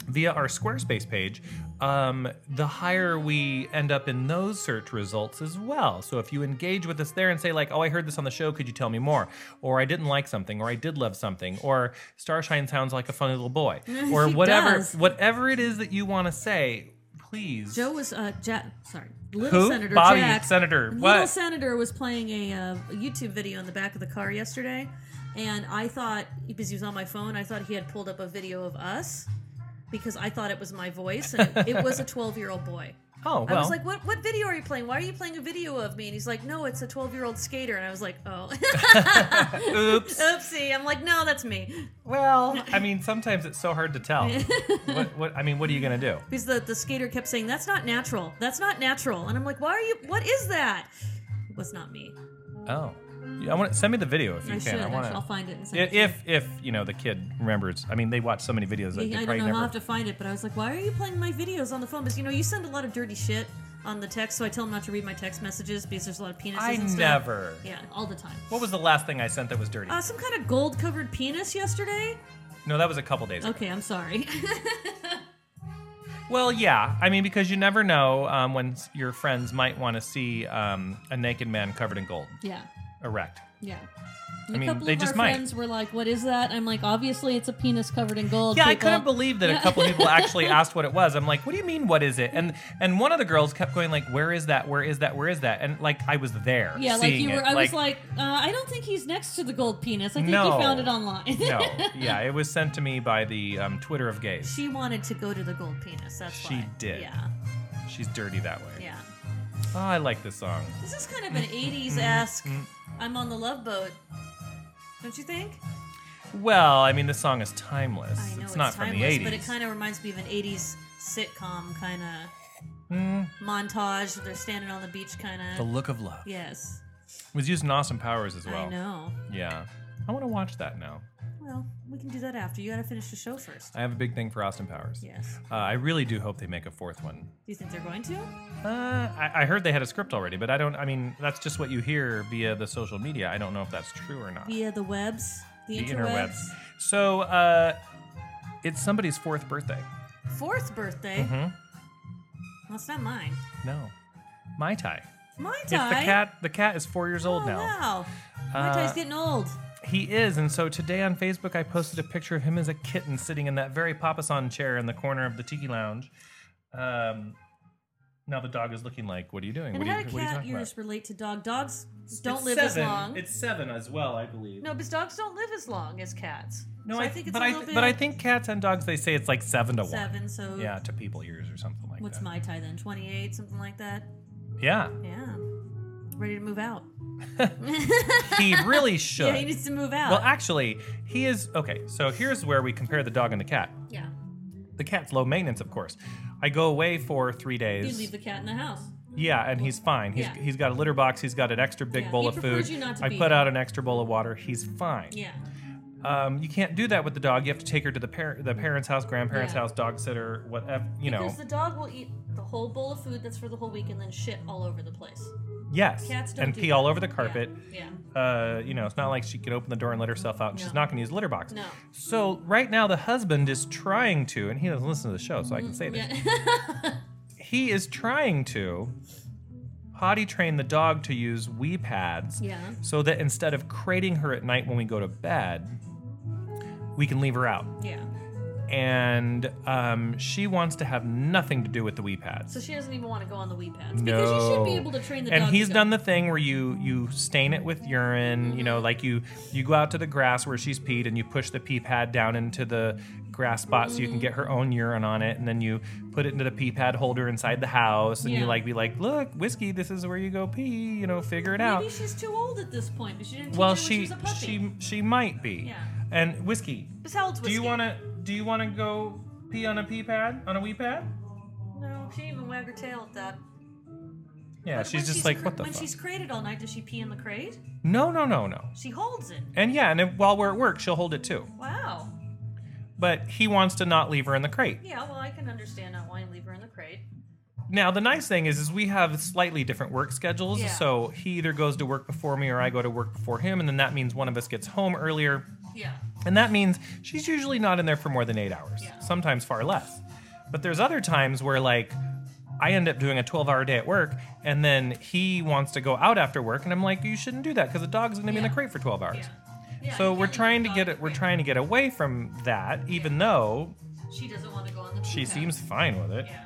via our Squarespace page, um, the higher we end up in those search results as well. So if you engage with us there and say like, "Oh, I heard this on the show. Could you tell me more?" Or "I didn't like something," or "I did love something," or "Starshine sounds like a funny little boy," or He whatever, does. whatever it is that you want to say, please. Joe was uh, Jack. Sorry, little Who? Senator Bobby Jack. Senator. Little What? Senator was playing a, uh, a YouTube video in the back of the car yesterday, and I thought because he was on my phone, I thought he had pulled up a video of us because I thought it was my voice, and it, it was a twelve-year-old boy. oh well. I was like, "What? What video are you playing? Why are you playing a video of me?" And he's like, "No, it's a twelve-year-old skater." And I was like, "Oh, Oops. oopsie." I'm like, "No, that's me." Well, I mean, sometimes it's so hard to tell. what, what, I mean, what are you going to do? Because the, the skater kept saying, That's not natural. That's not natural. And I'm like, Why are you what is that? It was not me. Oh, Yeah, I want to send me the video if you I can. should. I I want should. I'll to. find it and send it. to If if you know the kid remembers, I mean, they watch so many videos that you. they Yeah, I don't probably know. I'll have never. to find it, but I was like, Why are you playing my videos on the phone? Because you know, you send a lot of dirty shit on the text, so I tell him not to read my text messages because there's a lot of penises I and stuff. never. Yeah, all the time. What was the last thing I sent that was dirty? uh, some kind of gold covered penis yesterday? no, that was a couple days. ago. Okay, I'm sorry. Well, yeah, I mean, because you never know um, when s- your friends might want to see um, a naked man covered in gold, yeah. erect. Yeah. I mean, they just might. were like, "What is that?" I'm like, "Obviously, it's a penis covered in gold." Yeah, I people." couldn't believe that a couple of people actually asked what it was. I'm like, what do you mean, what is it? And and one of the girls kept going like, where is that? Where is that? Where is that? And like, I was there. Yeah, like seeing you were. it. I was like, uh, I don't think he's next to the gold penis. I think No. he found it online. no, yeah, it was sent to me by the um, Twitter of gays. She wanted to go to the gold penis. That's She why. did. Yeah, She's dirty that way. yeah. Oh, I like this song. This is kind Mm, of an '80s esque. I'm on the love boat. Don't you think? Well, I mean, this song is timeless. I know it's not from timeless, the 80s. but it kind of reminds me of an '80s sitcom kind of Mm, montage. They're standing on the beach, kind the of. Look of Love Yes, was used in Austin Powers as well. I know. Yeah, I want to watch that now. Well, we can do that after. You got to finish the show first. I have a big thing for Austin Powers. Yes. Uh, I really do hope they make a fourth one. Do you think they're going to? Uh, I, I heard they had a script already, but I don't. I mean, that's just what you hear via the social media. I don't know if that's true or not. Via the webs. the interwebs. So uh, it's somebody's fourth birthday. Fourth birthday. Mm-hmm. Well, it's not mine. No, my tie. It's my It's the tie. cat. The cat is four years old Oh, now. wow. My Uh, tie's getting old. He is, and so today on Facebook, I posted a picture of him as a kitten sitting in that very papasan chair in the corner of the tiki lounge. Um, now the dog is looking like, "What are you doing? And what, are how you, do what are you cat talking ears about?" relate to dog? Dogs don't It's live as seven. long. It's seven as well, I believe. no, because dogs don't live as long as cats. So I, think it's but a I little th- bit. but I think cats and dogs they say it's like seven to one. seven. So Yeah, to people ears or something like what's that. my tie then? Twenty-eight, something like that. Yeah, Yeah, ready to move out. he really should. Yeah, he needs to move out. well, actually, he is okay. So here's where we compare the dog and the cat. yeah, The cat's low maintenance, of course. I go away for three days. you leave the cat in the house. Yeah, and he's fine. He's Yeah. he's got a litter box. He's got an extra big Yeah, bowl he of food. prefers you not to I be put there. out an extra bowl of water. He's fine. Yeah, Um, you can't do that with the dog. You have to take her to the parent, the parents' house, grandparents' Yeah. house, dog sitter, whatever. You know. because the dog will eat the whole bowl of food that's for the whole week and then shit all over the place. yes. Cats don't and do pee that. all over the carpet. Yeah. Uh, you know, it's not like she could open the door and let herself out. And She's No. not going to use the litter box. No. So right now the husband is trying to, and he doesn't listen to the show, so I can say this. Mm-hmm. yeah. He is trying to potty train the dog to use wee pads. yeah. so that instead of crating her at night when we go to bed, we can leave her out. Yeah. And um, she wants to have nothing to do with the wee pads. So she doesn't even want to go on the wee pads No. because you should be able to train the dog. and to he's go- done the thing where you you stain it with urine, you know, Mm-hmm. like you you go out to the grass where she's peed and you push the pee pad down into the grass spot so you Mm-hmm. can get her own urine on it, and then you put it into the pee pad holder inside the house, and you Yeah. like be like, look, whiskey, this is where you go pee, you know, figure it out. Maybe she's too old at this point, but she didn't teach well, her when she she was a puppy. she she might be. Yeah. And whiskey, Because how old's Do you Whiskey? want to? Do you want to go pee on a pee pad on a wee pad? No, she didn't even wag her tail at that. Yeah, But she's when just like, cr- what the When fuck? she's crated all night, does she pee in the crate? No, no, no, no. She holds it. And yeah, and if, while we're at work, she'll hold it too. Wow. But he wants to not leave her in the crate. Yeah, well, I can understand not wanting to leave her in the crate. Now the nice thing is, is we have slightly different work schedules. Yeah. So he either goes to work before me or I go to work before him, and then that means one of us gets home earlier. Yeah. And that means she's usually not in there for more than eight hours, Yeah. sometimes far less. But there's other times where, like, I end up doing a 12 hour day at work, and then he wants to go out after work, and I'm like, you shouldn't do that because the dog's going to be in Yeah. the crate for 12 hours. Yeah. yeah so you we're can't leave trying to the dog get in it. the We're crate. trying to get away from that, even though She doesn't want to go on the. she pee pad. seems fine with it. Yeah.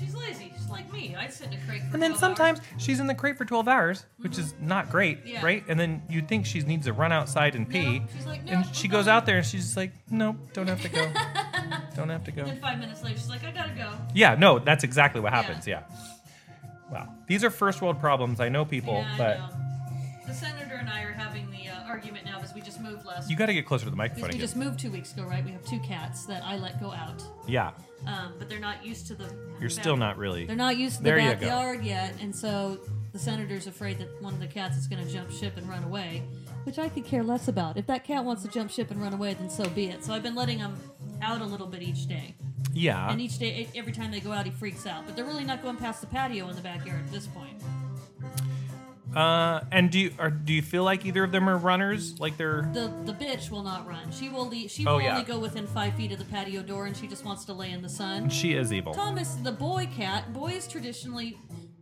She's lazy, just like me. I sit in a crate. For And then 12 hours. sometimes she's in the crate for 12 hours, which is not great, Mm-hmm. Yeah. right? And then you think she needs to run outside and pee, she's like, "No, I'm and she goes fine." out there and she's just like, nope, don't have to go, don't have to go. And then five minutes later, she's like, I gotta go. Yeah, no, that's exactly what Yeah. happens. Yeah. Wow. These are first world problems. I know people, yeah, I but know. The senator and I are having the uh, argument now because we just moved last. you got to get closer to the because microphone we again. just moved two weeks ago, right? We have two cats that I let go out, Yeah. um, but they're not used to the. You're back- still not really. They're not used to the There you go. backyard yet, and so the senator's afraid that one of the cats is going to jump ship and run away, which I could care less about. If that cat wants to jump ship and run away, then so be it. So I've been letting him out a little bit each day, Yeah. and each day, e-, every time they go out, he freaks out. But they're really not going past the patio in the backyard at this point. Uh, and do you are, do you feel like either of them are runners? Like they're the the bitch will not run. She will le- she Oh, will yeah. only go within five feet of the patio door, and she just wants to lay in the sun. she is evil. Thomas, the boy cat, boys traditionally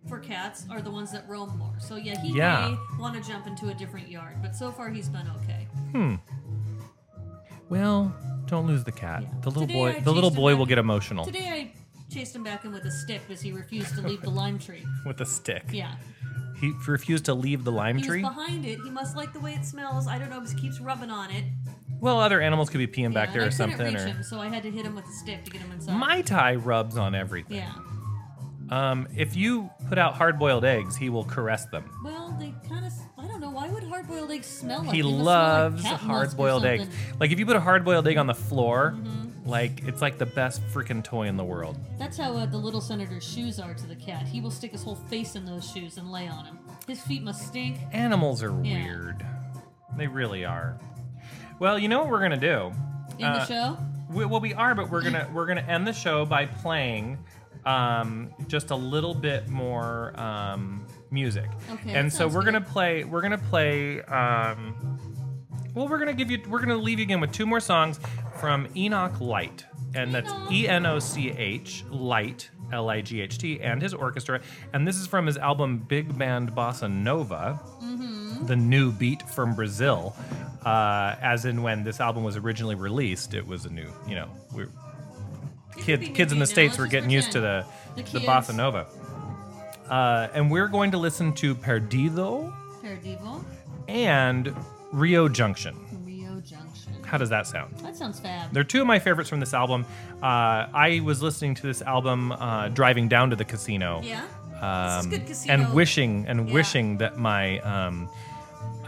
for cats are the ones that roam more. So yeah, he Yeah. may want to jump into a different yard, but so far he's been okay. Well, don't lose the cat. Yeah. The little Today I boy. The little chased him boy back- will get emotional Today I chased him back in with a stick because he refused to leave the lime tree. with a stick. Yeah, He refused to leave the lime he tree. was behind it. He must like the way it smells. I don't know, because he keeps rubbing on it. Well, other animals could be peeing Yeah, back there and or I couldn't something. reach Or him, so I had to hit him with a stick to get him inside. my tie rubs on everything. yeah. Um, if you put out hard boiled eggs, he will caress them. Well, they kind of. I don't know. Why would hard boiled eggs smell like? He They must smell loves like cat musk or hard boiled eggs. something. Mm-hmm. Like if you put a hard boiled egg on the floor, like it's like the best freaking toy in the world. That's how uh, the little senator's shoes are to the cat. He will stick his whole face in those shoes and lay on him. His feet must stink. Animals are Yeah. weird. They really are. Well, you know what we're gonna do? In Uh, the show, We, well, we are, but we're gonna we're gonna end the show by playing um, just a little bit more um, music. Okay, that And so sounds we're good. gonna play we're gonna play um, Well, we're gonna give you. We're gonna leave you again with two more songs from Enoch Light, and that's E N O C H Light L I G H T, and his orchestra. And this is from his album Big Band Bossa Nova, the new beat from Brazil. Uh, as in, when this album was originally released, it was a new. You know, we kids kids in the states were getting used to the The the, kids. bossa nova. Uh, and we're going to listen to Perdido Perdivo, and Rio Junction. Rio Junction. How does that sound? That sounds fab. They're two of my favorites from this album. Uh, I was listening to this album uh, driving down to the casino, yeah. This is um, good casino. and wishing and Yeah. wishing that my um,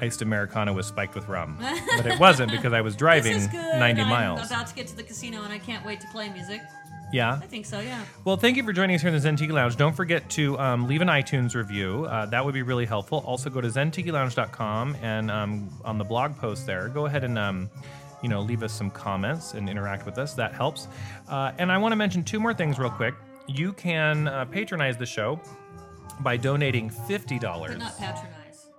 iced americano was spiked with rum, but it wasn't because I was driving This is good. 90 I'm miles. about to get to the casino and I can't wait to play music. yeah. I think so, yeah. Well, thank you for joining us here in the Zentiki Lounge. Don't forget to um, leave an iTunes review. Uh, that would be really helpful. Also, go to zentikilounge.com and um, on the blog post there, go ahead and um, you know leave us some comments and interact with us. That helps. Uh, and I want to mention two more things real quick. You can uh, patronize the show by donating fifty But dollars. not patronize.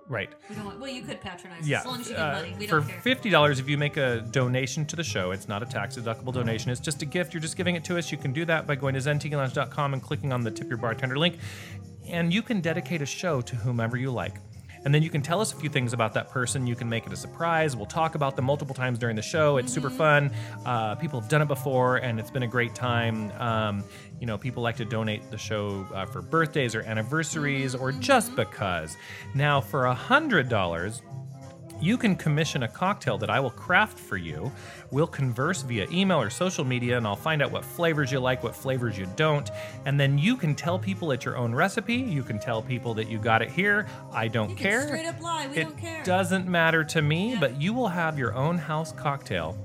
Right. We don't want, well, you could patronize Yeah. as long as you give uh, money. We for don't care. fifty dollars, if you make a donation to the show, it's not a tax deductible donation. It's just a gift. You're just giving it to us. You can do that by going to zentikilounge.com and clicking on the tip your bartender link, and you can dedicate a show to whomever you like. And then you can tell us a few things about that person. You can make it a surprise. We'll talk about them multiple times during the show. It's Mm-hmm. super fun. Uh, people have done it before, and it's been a great time. Um, you know, people like to donate the show uh, for birthdays or anniversaries or Mm-hmm. just because. Now, for a hundred dollars, you can commission a cocktail that I will craft for you. We'll converse via email or social media, and I'll find out what flavors you like, what flavors you don't. And then you can tell people at your own recipe. You can tell people that you got it here. I don't you care. can straight up lie. We it don't care. doesn't matter to me, but you will have your own house cocktail.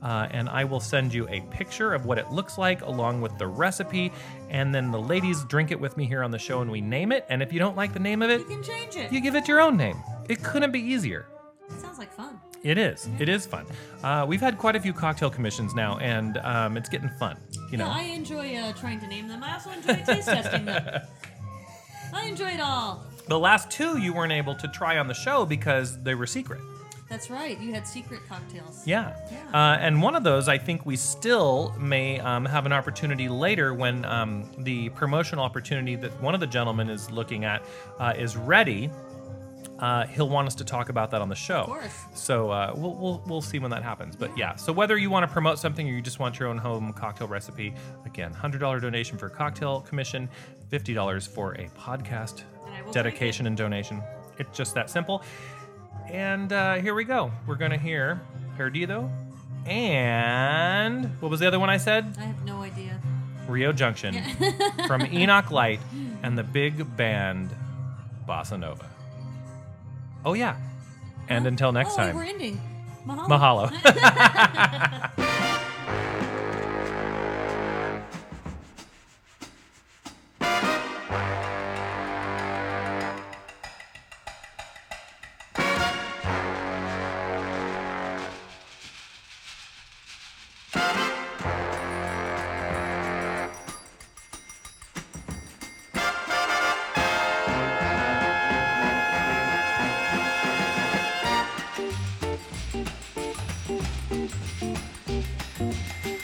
Uh, and I will send you a picture of what it looks like along with the recipe. And then the ladies drink it with me here on the show and we name it. And if you don't like the name of it, You can change it. you give it your own name. It couldn't be easier. It sounds like fun. It is. It is fun. Uh, we've had quite a few cocktail commissions now, and um, it's getting fun. You know. Yeah, I enjoy uh, trying to name them. I also enjoy taste testing them. I enjoy it all. the last two you weren't able to try on the show because they were secret. That's right. You had secret cocktails. Yeah. Yeah. Uh, and one of those, I think we still may um, have an opportunity later when um, the promotional opportunity that one of the gentlemen is looking at uh, is ready. Uh, he'll want us to talk about that on the show. Of course. So uh, we'll, we'll, we'll see when that happens. But yeah, so whether you want to promote something or you just want your own home cocktail recipe, again, $100 donation for a cocktail commission, $50 for a podcast And I will dedication and donation. It's just that simple. And uh, here we go. We're going to hear Perdido and what was the other one I said? I have no idea. Rio Junction from Enoch Light and the big band Bossa Nova. Oh, yeah. And until next oh, time, we're ending. Mahalo. mahalo.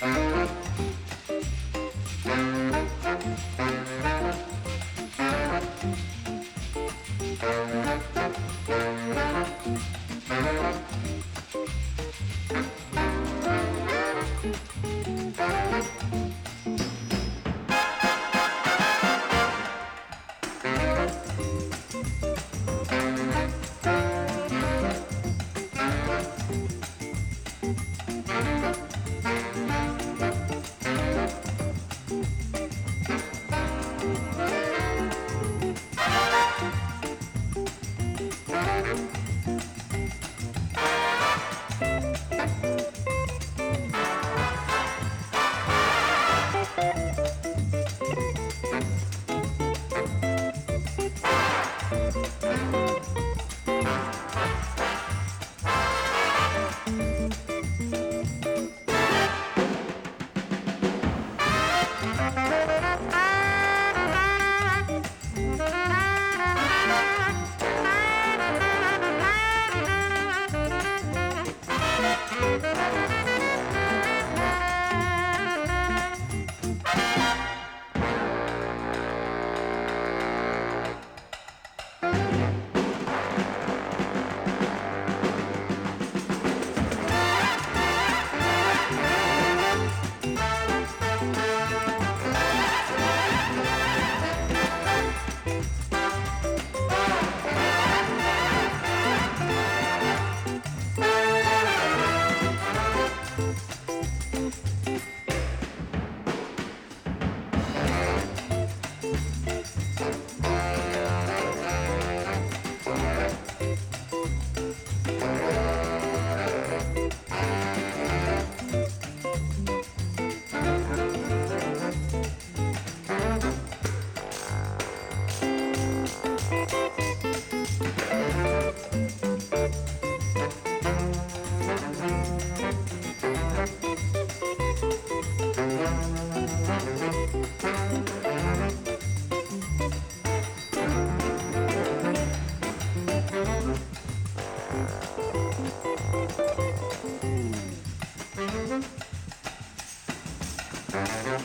Thank All